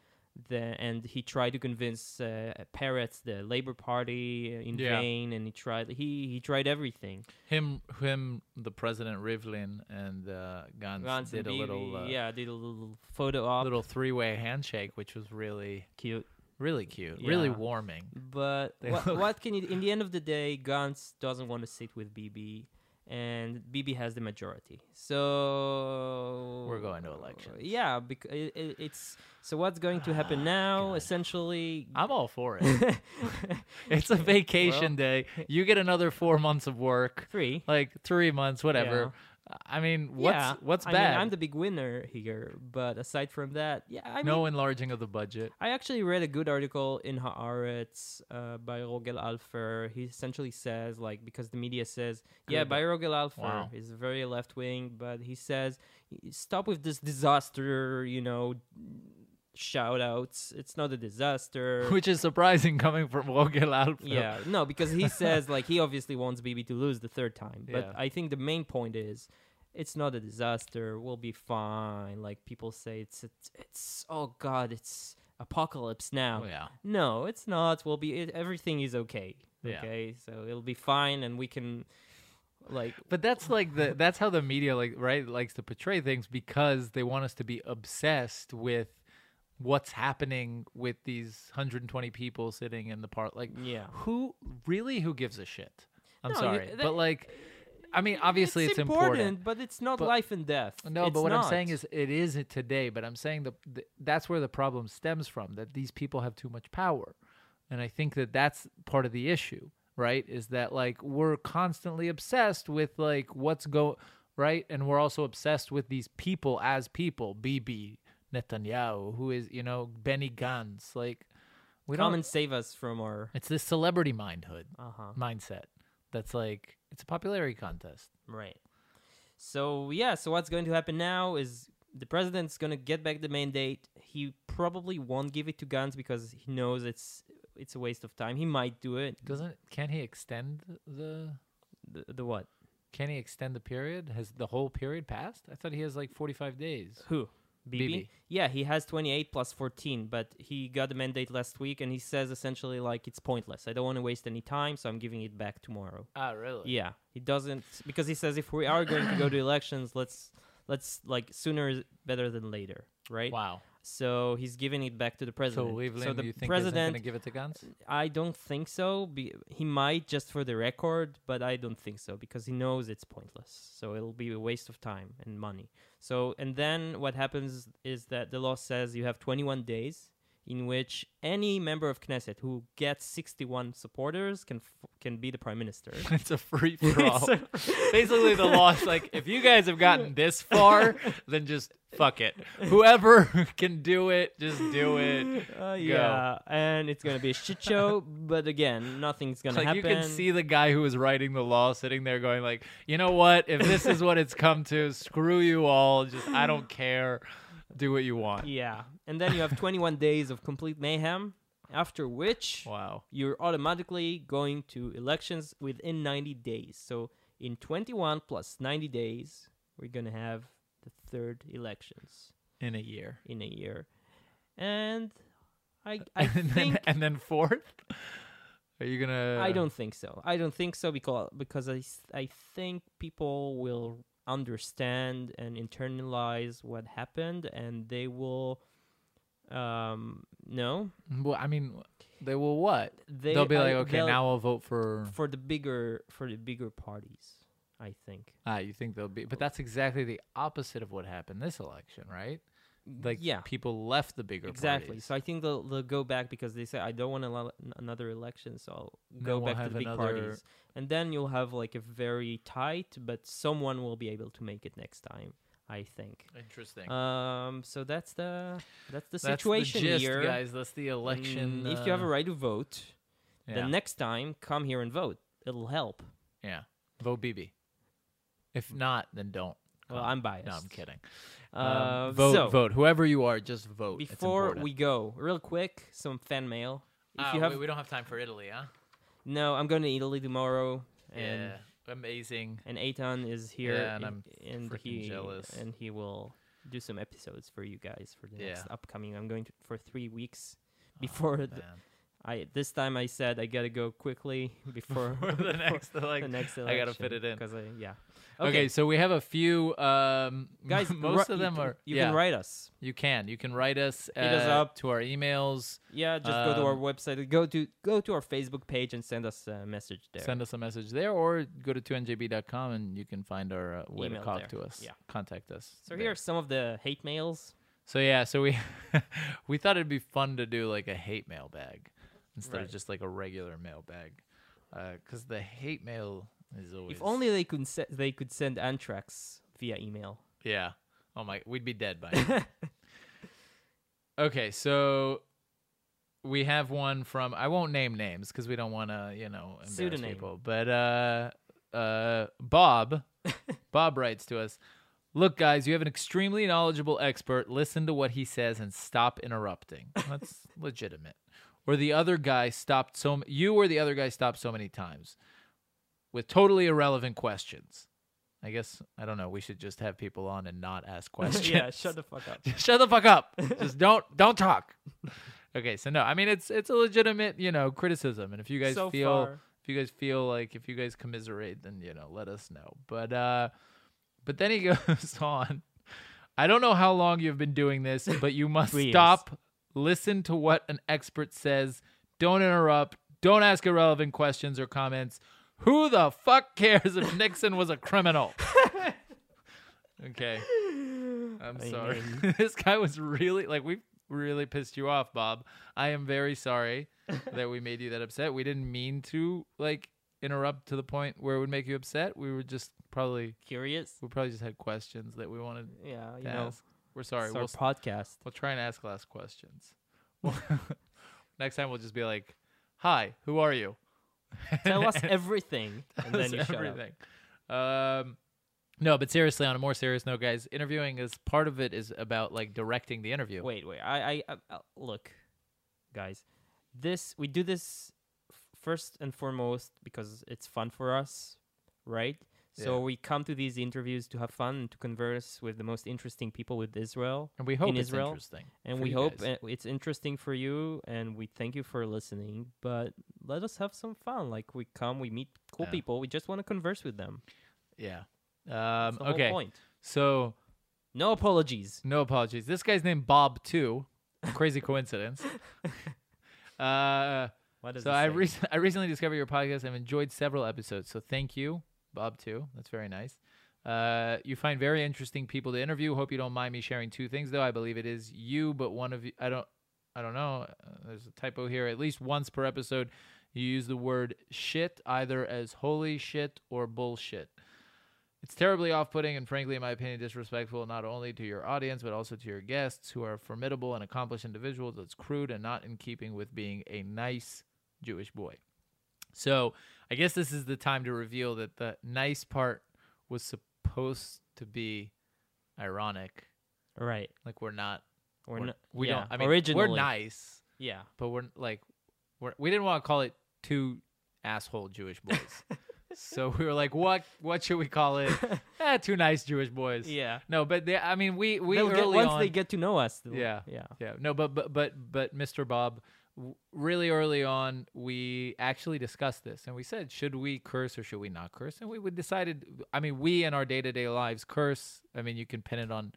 then and he tried to convince uh, Peretz, the Labor Party, uh, in
Yeah.
vain, and he tried he he tried everything.
him, him, the president Rivlin and uh, Gantz,
Gantz
did
and
a little,
Bibi,
uh,
yeah, did a little photo op,
little three-way handshake, which was really,
cute.
really cute, really
Yeah.
warming.
But
They
what,
look-
what can you? In the end of the day, Gantz doesn't want to sit with BB, and BB has the majority. So
We're going to elections. Ah,
Yeah, because it, it, it's so. What's going to happen now?
God.
Essentially,
I'm all for it. it's a vacation
Well-
day. You get another four months of work.
three.
like three months, whatever. I mean, what's
yeah,
what's
I
bad?
Mean, I'm the big winner here, but aside from that, yeah, I mean,
no enlarging of the budget.
I actually read a good article in Haaretz uh, by Rogel Alfer. He essentially says, like, because the media says, yeah,
Good.
by Rogel Alfer
Wow.
is very left wing, but he says, "Y- stop with this disaster, you know, shout outs. It's not a disaster.
Which is surprising coming from Vogel Alpha.
yeah, no, because he says, like, he obviously wants BB to lose the third time. But
Yeah.
I think the main point is, it's not a disaster. We'll be fine. Like, people say, it's, it's, it's oh, God, it's apocalypse now.
Oh, yeah.
No, it's not. We'll be it, everything is okay.
Yeah.
Okay, so it'll be fine, and we can like
But that's like the that's how the media like right likes to portray things because they want us to be obsessed with what's happening with these 120 people sitting in the park. Like,
Yeah.
who really who gives a shit? I'm
No, you-
sorry,
that-
but like I mean, obviously it's, important.
but it's not
but-
life and death.
No,
It's
but what I'm
not.
saying is it is it today. But I'm saying the, the that's where the problem stems from that these people have too much power, and I think that that's part of the issue, right? Is that like we're constantly obsessed with like what's go right, and we're also obsessed with these people as people. Bibi Netanyahu, who is you know Benny Gantz, like we
come
don't.
and save us from our.
it's this celebrity mindhood
Uh huh.
mindset that's like it's a popularity contest.
Right. So yeah, so what's going to happen now is the president's going to get back the mandate. He probably won't give it to Gantz because he knows it's it's a waste of time. He might do it.
Doesn't can't he extend the
The, the what?
Can he extend the period? Has the whole period passed? I thought he has like 45 days.
Who? Bibi?
Bibi.
Yeah, he has 28 plus 14, but he got the mandate last week and he says essentially like it's pointless. I don't want to waste any time, so I'm giving it back tomorrow.
Ah, really?
Yeah, he doesn't because he says if we are going to go to elections, let's let's like sooner is better than later, right?
Wow.
So he's giving it back to the president.
So Cleveland,
the
you think isn't
president,
going to give it to Gantz?
I don't think so. Be, he might just for the record, but I don't think so because he knows it's pointless. So it'll be a waste of time and money. So and then what happens is that the law says you have 21 days in which any member of Knesset who gets 61 supporters can f- can be the prime minister.
it's a free for all.
So-
Basically, the law is like if you guys have gotten this far, then just fuck it. Whoever can do it, just do it.
Uh, yeah, and it's gonna be a shit show. but again, nothing's gonna
Like
happen.
you can see the guy who was writing the law sitting there going like, you know what? If this is what it's come to, screw you all. Just I don't care. Do what you want.
Yeah. And then you have 21 days of complete mayhem, after which
Wow.
you're automatically going to elections within 90 days. So in 21 plus 90 days, we're going to have the third elections
In a year.
in a year. And I, I
Uh, and
think.
then and uh, then fourth. Are you gonna?
I don't think so. I don't think so because because I, s- I think people will understand and internalize what happened and they will um no
Well, I mean, they will what?
they
They, will be
I-
like, okay,
they'll-
now I'll vote for.
for the bigger for the bigger parties, I think.
Ah, you think they'll be? But that's exactly the opposite of what happened this election, right? Like,
yeah,
people left the bigger
exactly.
parties.
So I think they'll they'll go back because they say I don't want another another election, so I'll
Then
go
we'll
back to
have
the big
another-
parties, and then you'll have like a very tight, but someone will be able to make it next time. I think.
Interesting.
Um. So that's the that's the
That's
situation
the gist,
here.
guys. That's the election.
Mm, if you have
uh,
a right to vote,
yeah,
then next time come here and vote. It'll help.
yeah, vote BB. If not, then don't.
Well,
come.
I'm biased.
No, I'm kidding. Um,
Uh,
vote,
so-
vote. Whoever you are, just vote. It's
Before
important.
we go, real quick, some fan mail. If
Ah,
you have
wait, we don't have time for Italy, huh?
No, I'm going to Italy tomorrow, and
yeah, amazing.
and Aton is here,
Yeah, and
and,
I'm
and
freaking
he
jealous.
and he will do some episodes for you guys for the next
Yeah. Oh,
upcoming. I'm going to, for three weeks. Before the-
man.
I this time I said I gotta go quickly before
for the next like
the next
I gotta fit it in.
because yeah.
Okay. so we have a few um
guys,
most
ri-
of
you
them
can-
are
You
yeah,
can write us.
you can you can write us uh,
us up.
to our emails
Yeah, just go to our
Um,
website. Go to go to our Facebook page and send us a message there.
send us a message there or go to 2njb.com and you can find our uh, way
Email
to talk
there.
to us
Yeah.
contact us
so
there.
here are some of the hate mails.
so yeah so we we thought it'd be fun to do like a hate mail bag instead
Right.
of just like a regular mail bag because the hate mail is always
If only they could se- they could send anthrax via email.
Yeah. Oh my, we'd be dead by now. okay, so we have one from I won't name names because we don't want to, you know, embarrass
Pseudonym.
people. But uh, uh, Bob, Bob writes to us. Look, guys, you have an extremely knowledgeable expert. Listen to what he says and stop interrupting. That's legitimate. Or the other guy stopped so m- you or the other guy stopped so many times with totally irrelevant questions. I guess I don't know. We should just have people on and not ask questions.
yeah, shut the fuck up.
shut the fuck up. just don't don't talk. Okay, so no, I mean it's it's a legitimate you know criticism, and if you guys
So
feel
far.
if you guys feel like if you guys commiserate, then you know let us know. But uh, but then he goes on. I don't know how long you've been doing this, but you must
Three years.
stop. Listen to what an expert says. Don't interrupt. Don't ask irrelevant questions or comments. Who the fuck cares if Nixon was a criminal? okay. I'm
I
sorry. this guy was really like we really pissed you off, Bob. I am very sorry that we made you that upset. We didn't mean to like interrupt to the point where it would make you upset. We were just probably
Curious?
we probably just had questions that we wanted
Yeah, you
to
know.
ask. We're sorry.
it's
we'll
our podcast.
We'll try and ask less questions. We'll- Next time we'll just be like, "Hi, who are you?"
Tell us everything, and then
That's
you shut up.
everything. Um, no, but seriously, on a more serious note, guys, interviewing is part of it is about like directing the interview.
Wait, wait. I, I, I look, guys. This we do this f- first and foremost because it's fun for us, right? So
Yeah.
we come to these interviews to have fun and to converse with the most interesting people with Israel,
and we hope
in
it's
Israel,
interesting,
and
for
we
you
hope
guys.
uh, it's interesting for you. And we thank you for listening. But let us have some fun. Like we come, we meet cool
Yeah.
people. We just want to converse with them.
yeah. Um,
That's the
okay,
whole point.
so
No apologies.
no apologies. This guy's named Bob too. Crazy coincidence. uh,
What does
so
this
I
say?
rec- I recently discovered your podcast. I've enjoyed several episodes. So thank you, Bob. Too. That's very nice. Uh, you find very interesting people to interview. Hope you don't mind me sharing two things though. I believe it is you, but one of you. I don't. I don't know. Uh, There's a typo here. At least once per episode, you use the word shit either as holy shit or bullshit. It's terribly off putting and, frankly, in my opinion, disrespectful not only to your audience, but also to your guests who are formidable and accomplished individuals. It's crude and not in keeping with being a nice Jewish boy. So I guess this is the time to reveal that the nice part was supposed to be ironic.
right.
Like, we're not,
We're,
we're-
not.
we
yeah.
don't, I mean,
originally.
we're nice,
Yeah.
but we're like, we're, we didn't want to call it two asshole Jewish boys. so we were like, what, what should we call it? ah, two nice Jewish boys.
Yeah.
No, but they, I mean, we we
They'll
early
get, once
on,
they get to know us. they'll-
Yeah.
yeah.
yeah, no, but but but but Mr. Bob, w- really early on, we actually discussed this, and we said, should we curse or should we not curse? And we would decided, I mean, we in our day to day lives curse. I mean, you can pin it on,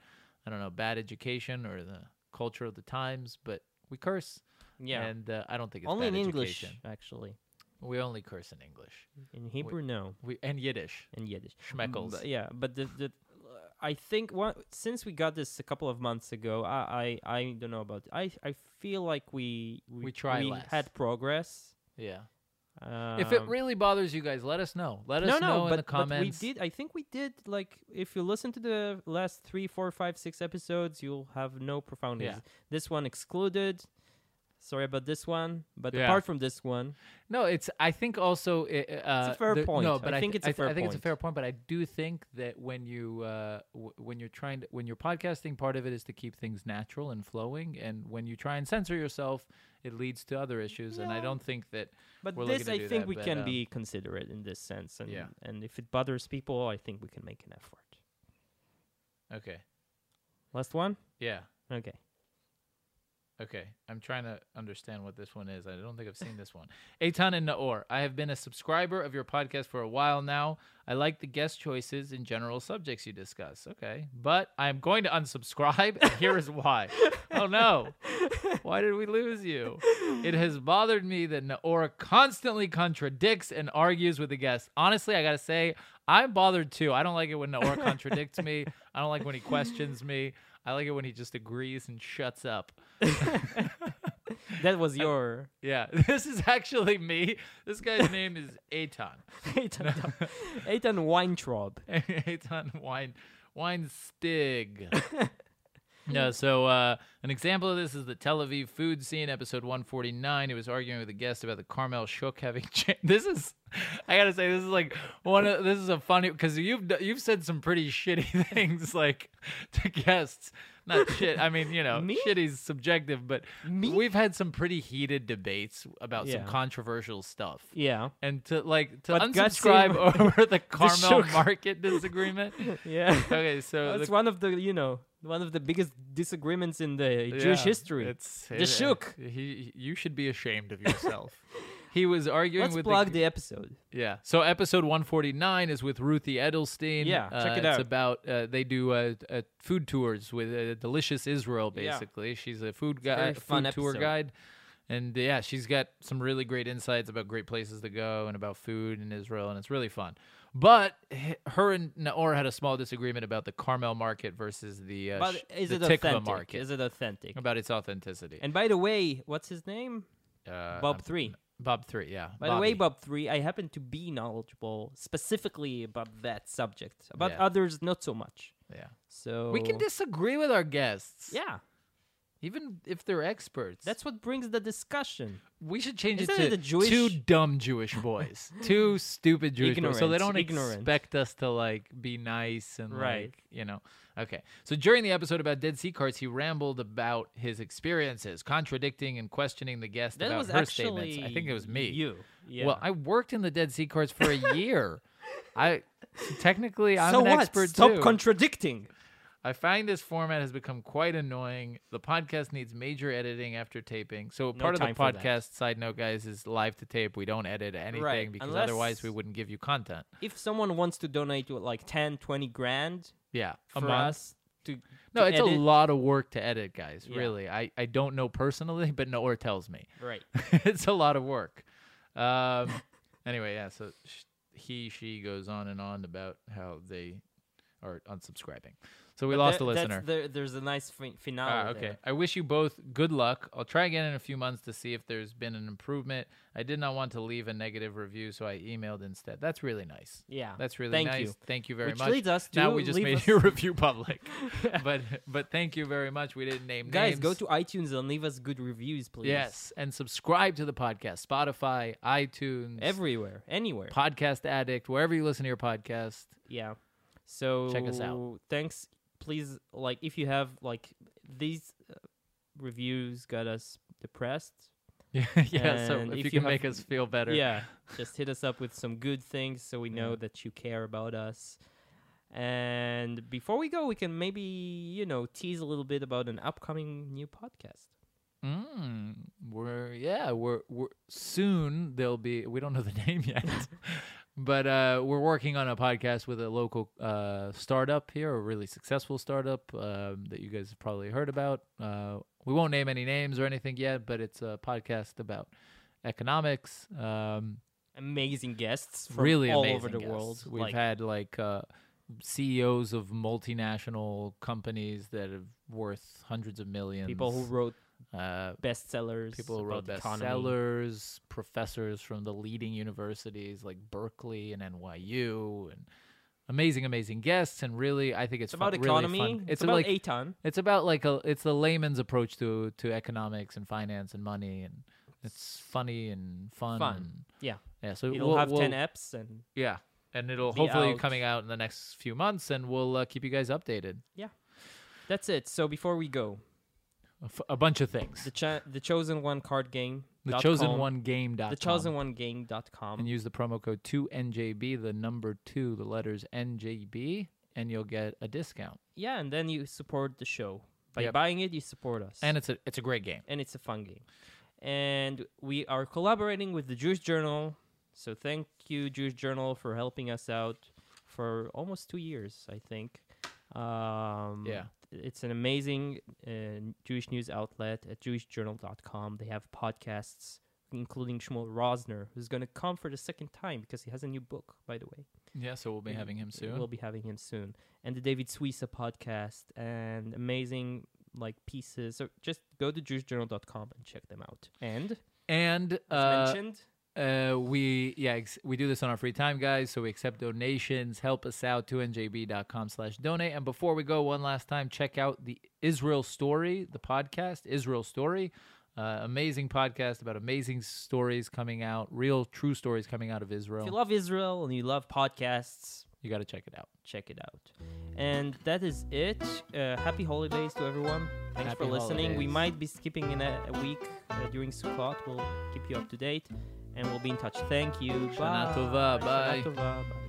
I don't know, bad education or the culture of the times, but we curse.
Yeah.
and uh, I don't think it's
Only in
bad
English,
education.
actually.
We only curse in English.
In Hebrew, no.
We and Yiddish.
In Yiddish.
Schmeckles.
Mm, But Mm-hmm. yeah, but the, the I think what since we got this a couple of months ago, I I, I don't know about. I I feel like we
We try
we
less.
had progress.
Yeah.
Um,
if it really bothers you guys, let us know. Let us
no,
know
no,
in
but,
the comments.
but we did. I think we did. Like, if you listen to the last three, four, five, six episodes, you'll have no profoundness.
Yeah.
This one excluded. Sorry about this one, but
Yeah.
apart from this one,
No, it's. I think also. i- Uh,
a fair
there-
point.
No,
I
but I,
think
thi-
it's a
I thi- I
fair
think it's a
point.
fair point. But I do think that when you uh, w- when you're trying to when you're podcasting, part of it is to keep things natural and flowing. And when you try and censor yourself, it leads to other issues. And I
Yeah.
don't think that.
but
We're looking
this
to
I
do
think
that,
we
but,
can
um,
be considerate in this sense, and
Yeah.
and if it bothers people, I think we can make an effort.
Okay.
Last one,
Yeah.
okay.
Okay, I'm trying to understand what this one is. I don't think I've seen this one. Eitan and Naor, I have been a subscriber of your podcast for a while now. I like the guest choices and general subjects you discuss. Okay, but I'm going to unsubscribe, and here is why. Oh no, why did we lose you? It has bothered me that Naor constantly contradicts and argues with the guests. Honestly, I gotta say, I'm bothered too. I don't like it when Naor contradicts me. I don't like when he questions me. I like it when he just agrees and shuts up.
That was your.
Yeah, this is actually me. This guy's name is Aton.
Eitan Eitan Weintraub.
Aton Wine Weinstig. no, so uh, an example of this is the Tel Aviv food scene, episode 149. He was arguing with a guest about the Carmel Shook having. Cha- this is, I gotta say, this is like one of this is a funny because you've d- you've said some pretty shitty things like to guests. Not shit. I mean, you know,
Me?
shitty's subjective, but we've had some pretty heated debates about some
Yeah.
controversial stuff
Yeah,
and to like to
What got
unsubscribe
him-
over the Carmel
shook.
market disagreement.
yeah.
Okay, so
That's
Uh, the-
one of the you know one of the biggest disagreements in the Jewish
yeah,
history.
It's
The shook.
He, you should be ashamed of yourself. he was arguing
Let's
with
plug
the,
the, episode.
yeah. So episode 149 is with Ruthie Edelstein.
Yeah,
Uh,
check it
It's
out.
about uh, they do uh, uh, food tours with uh, Delicious Israel.
Yeah.
Basically, she's a food guy,
very fun
food tour
episode.
guide. And uh, yeah, she's got some really great insights about great places to go and about food in Israel, and it's really fun. But h- her and Naor had a small disagreement about the Carmel market versus the uh,
but
sh-
is
the
it
Tikva
authentic?
market
Is it authentic?
about its authenticity.
And by the way, what's his name?
uh,
Bob
I'm-
Three.
Bob three, yeah.
By the way,
Bobby.
Bob Three, I happen to be knowledgeable specifically about that subject. About
Yeah.
others, not so much.
yeah.
So
We can disagree with our guests.
Yeah,
Even if they're experts.
that's what brings the discussion.
we should change it
Isn't
to
it the Jewish-
two dumb Jewish boys. two stupid Jewish boys. So they
Ignorant,
don't
ignorant.
expect us to like be nice and
Right.
like, you know. Okay. So during the episode about Dead Sea Carts, he rambled about his experiences, contradicting and questioning the guest
That
about
was
her
actually
statements. I think it was me.
You. Yeah.
Well, I worked in the Dead Sea Carts for a year. I technically I'm
so
an
what?
expert
Stop
too.
contradicting.
I find this format has become quite annoying. The podcast needs major editing after taping. So part of the
time for that.
podcast side note, guys, is live to tape. We don't edit anything
Right,
because
unless-
otherwise we wouldn't give you content.
If someone wants to donate to like 10, 20 grand
Yeah,
for us to
No,
to
it's a
edit-
lot of work to edit, guys.
Yeah.
Really, I I don't know personally, but Noor tells me
Right.
it's a lot of work. Um, anyway, yeah. So sh- he she goes on and on about how they are unsubscribing. So we lost
There-
a
that's
listener.
the- there's a nice fin- finale.
Ah,
there.
okay. I wish you both good luck. I'll try again in a few months to see if there's been an improvement. I did not want to leave a negative review, so I emailed instead. That's really nice.
Yeah.
That's really
Thank
nice.
you.
Thank you very
Which
much.
leads us
now
to
we just
leave
made
us-
your review public, but but thank you very much. We didn't name
Guys,
names.
go to iTunes and leave us good reviews, please.
yes and subscribe to the podcast, Spotify, iTunes,
Everywhere, anywhere.
podcast addict, wherever you listen to your podcast.
yeah. So
Check us out.
Thanks. Please, like, if you have like these uh, reviews got us depressed.
yeah. so
And
if, you
if you
can
have-
make us feel better,
Yeah. just hit us up with some good things so we know
Yeah.
that you care about us. And before we go, we can maybe you know tease a little bit about an upcoming new podcast.
Mm, we're yeah, we're we're soon there'll be we don't know the name yet. but uh we're working on a podcast with a local uh startup here, a really successful startup um that you guys have probably heard about. Uh we won't name any names or anything yet, but it's a podcast about economics. Um
Amazing guests from
really
all
amazing
over the
guests.
world.
We've
like,
had like uh, CEOs of multinational companies that are worth hundreds of millions.
people who wrote
uh,
bestsellers.
people who wrote
about economy.
bestsellers, professors from the leading universities like Berkeley and NYU, and amazing, amazing guests. And really, I think it's,
It's about
fu- really fun.
economy.
It's,
It's, about
like
Aton.
it's about like a it's the layman's approach to to economics and finance and money, and it's funny and fun.
Fun.
and-
Yeah.
yeah. So
It'll
we'll,
have
uh, we'll-
10 apps and
Yeah. And it'll
be
hopefully
out.
coming out in the next few months, and we'll uh, keep you guys updated.
that's it. So before we go,
A f- A bunch of things.
the cha- the chosen one card game.
The
dot
chosen
com,
one game.
The chosen one game dot com.
and use the promo code 2NJB, the number two, the letters NJB, and you'll get a discount.
yeah, and then you support the show by
Yep.
buying it. You support us,
And it's a it's a great game.
and it's a fun game. And we are collaborating with the Jewish Journal. So thank you, Jewish Journal, for helping us out for almost two years, I think. Um,
Yeah.
It's an amazing uh, Jewish news outlet at jewishjournal.com. They have podcasts, including Shmuel Rosner, who's going to come for the second time because he has a new book, by the way.
Yeah, so we'll be having him soon.
We'll be having him soon. And the David Suisa podcast and amazing like pieces. So just go to jewishjournal.com and check them out. And as
and uh,
mentioned,
uh, we yeah ex- we do this on our free time, guys. So we accept donations. Help us out 2njb.com slash donate. And before we go, one last time, check out the Israel Story, the podcast Israel Story. Uh, amazing podcast about amazing stories coming out, real true stories coming out of
if you
Israel.
love Israel and you love podcasts,
You got to check it out.
check it out. And that is it. Uh, happy holidays to everyone. Thanks for
Happy
listening. We
holidays.
might be skipping in a, a week uh, during Sukkot. We'll keep you up to date and we'll be in touch. Thank you.
Shana
Bye.
tova.
Shana
Bye.
tova. Bye.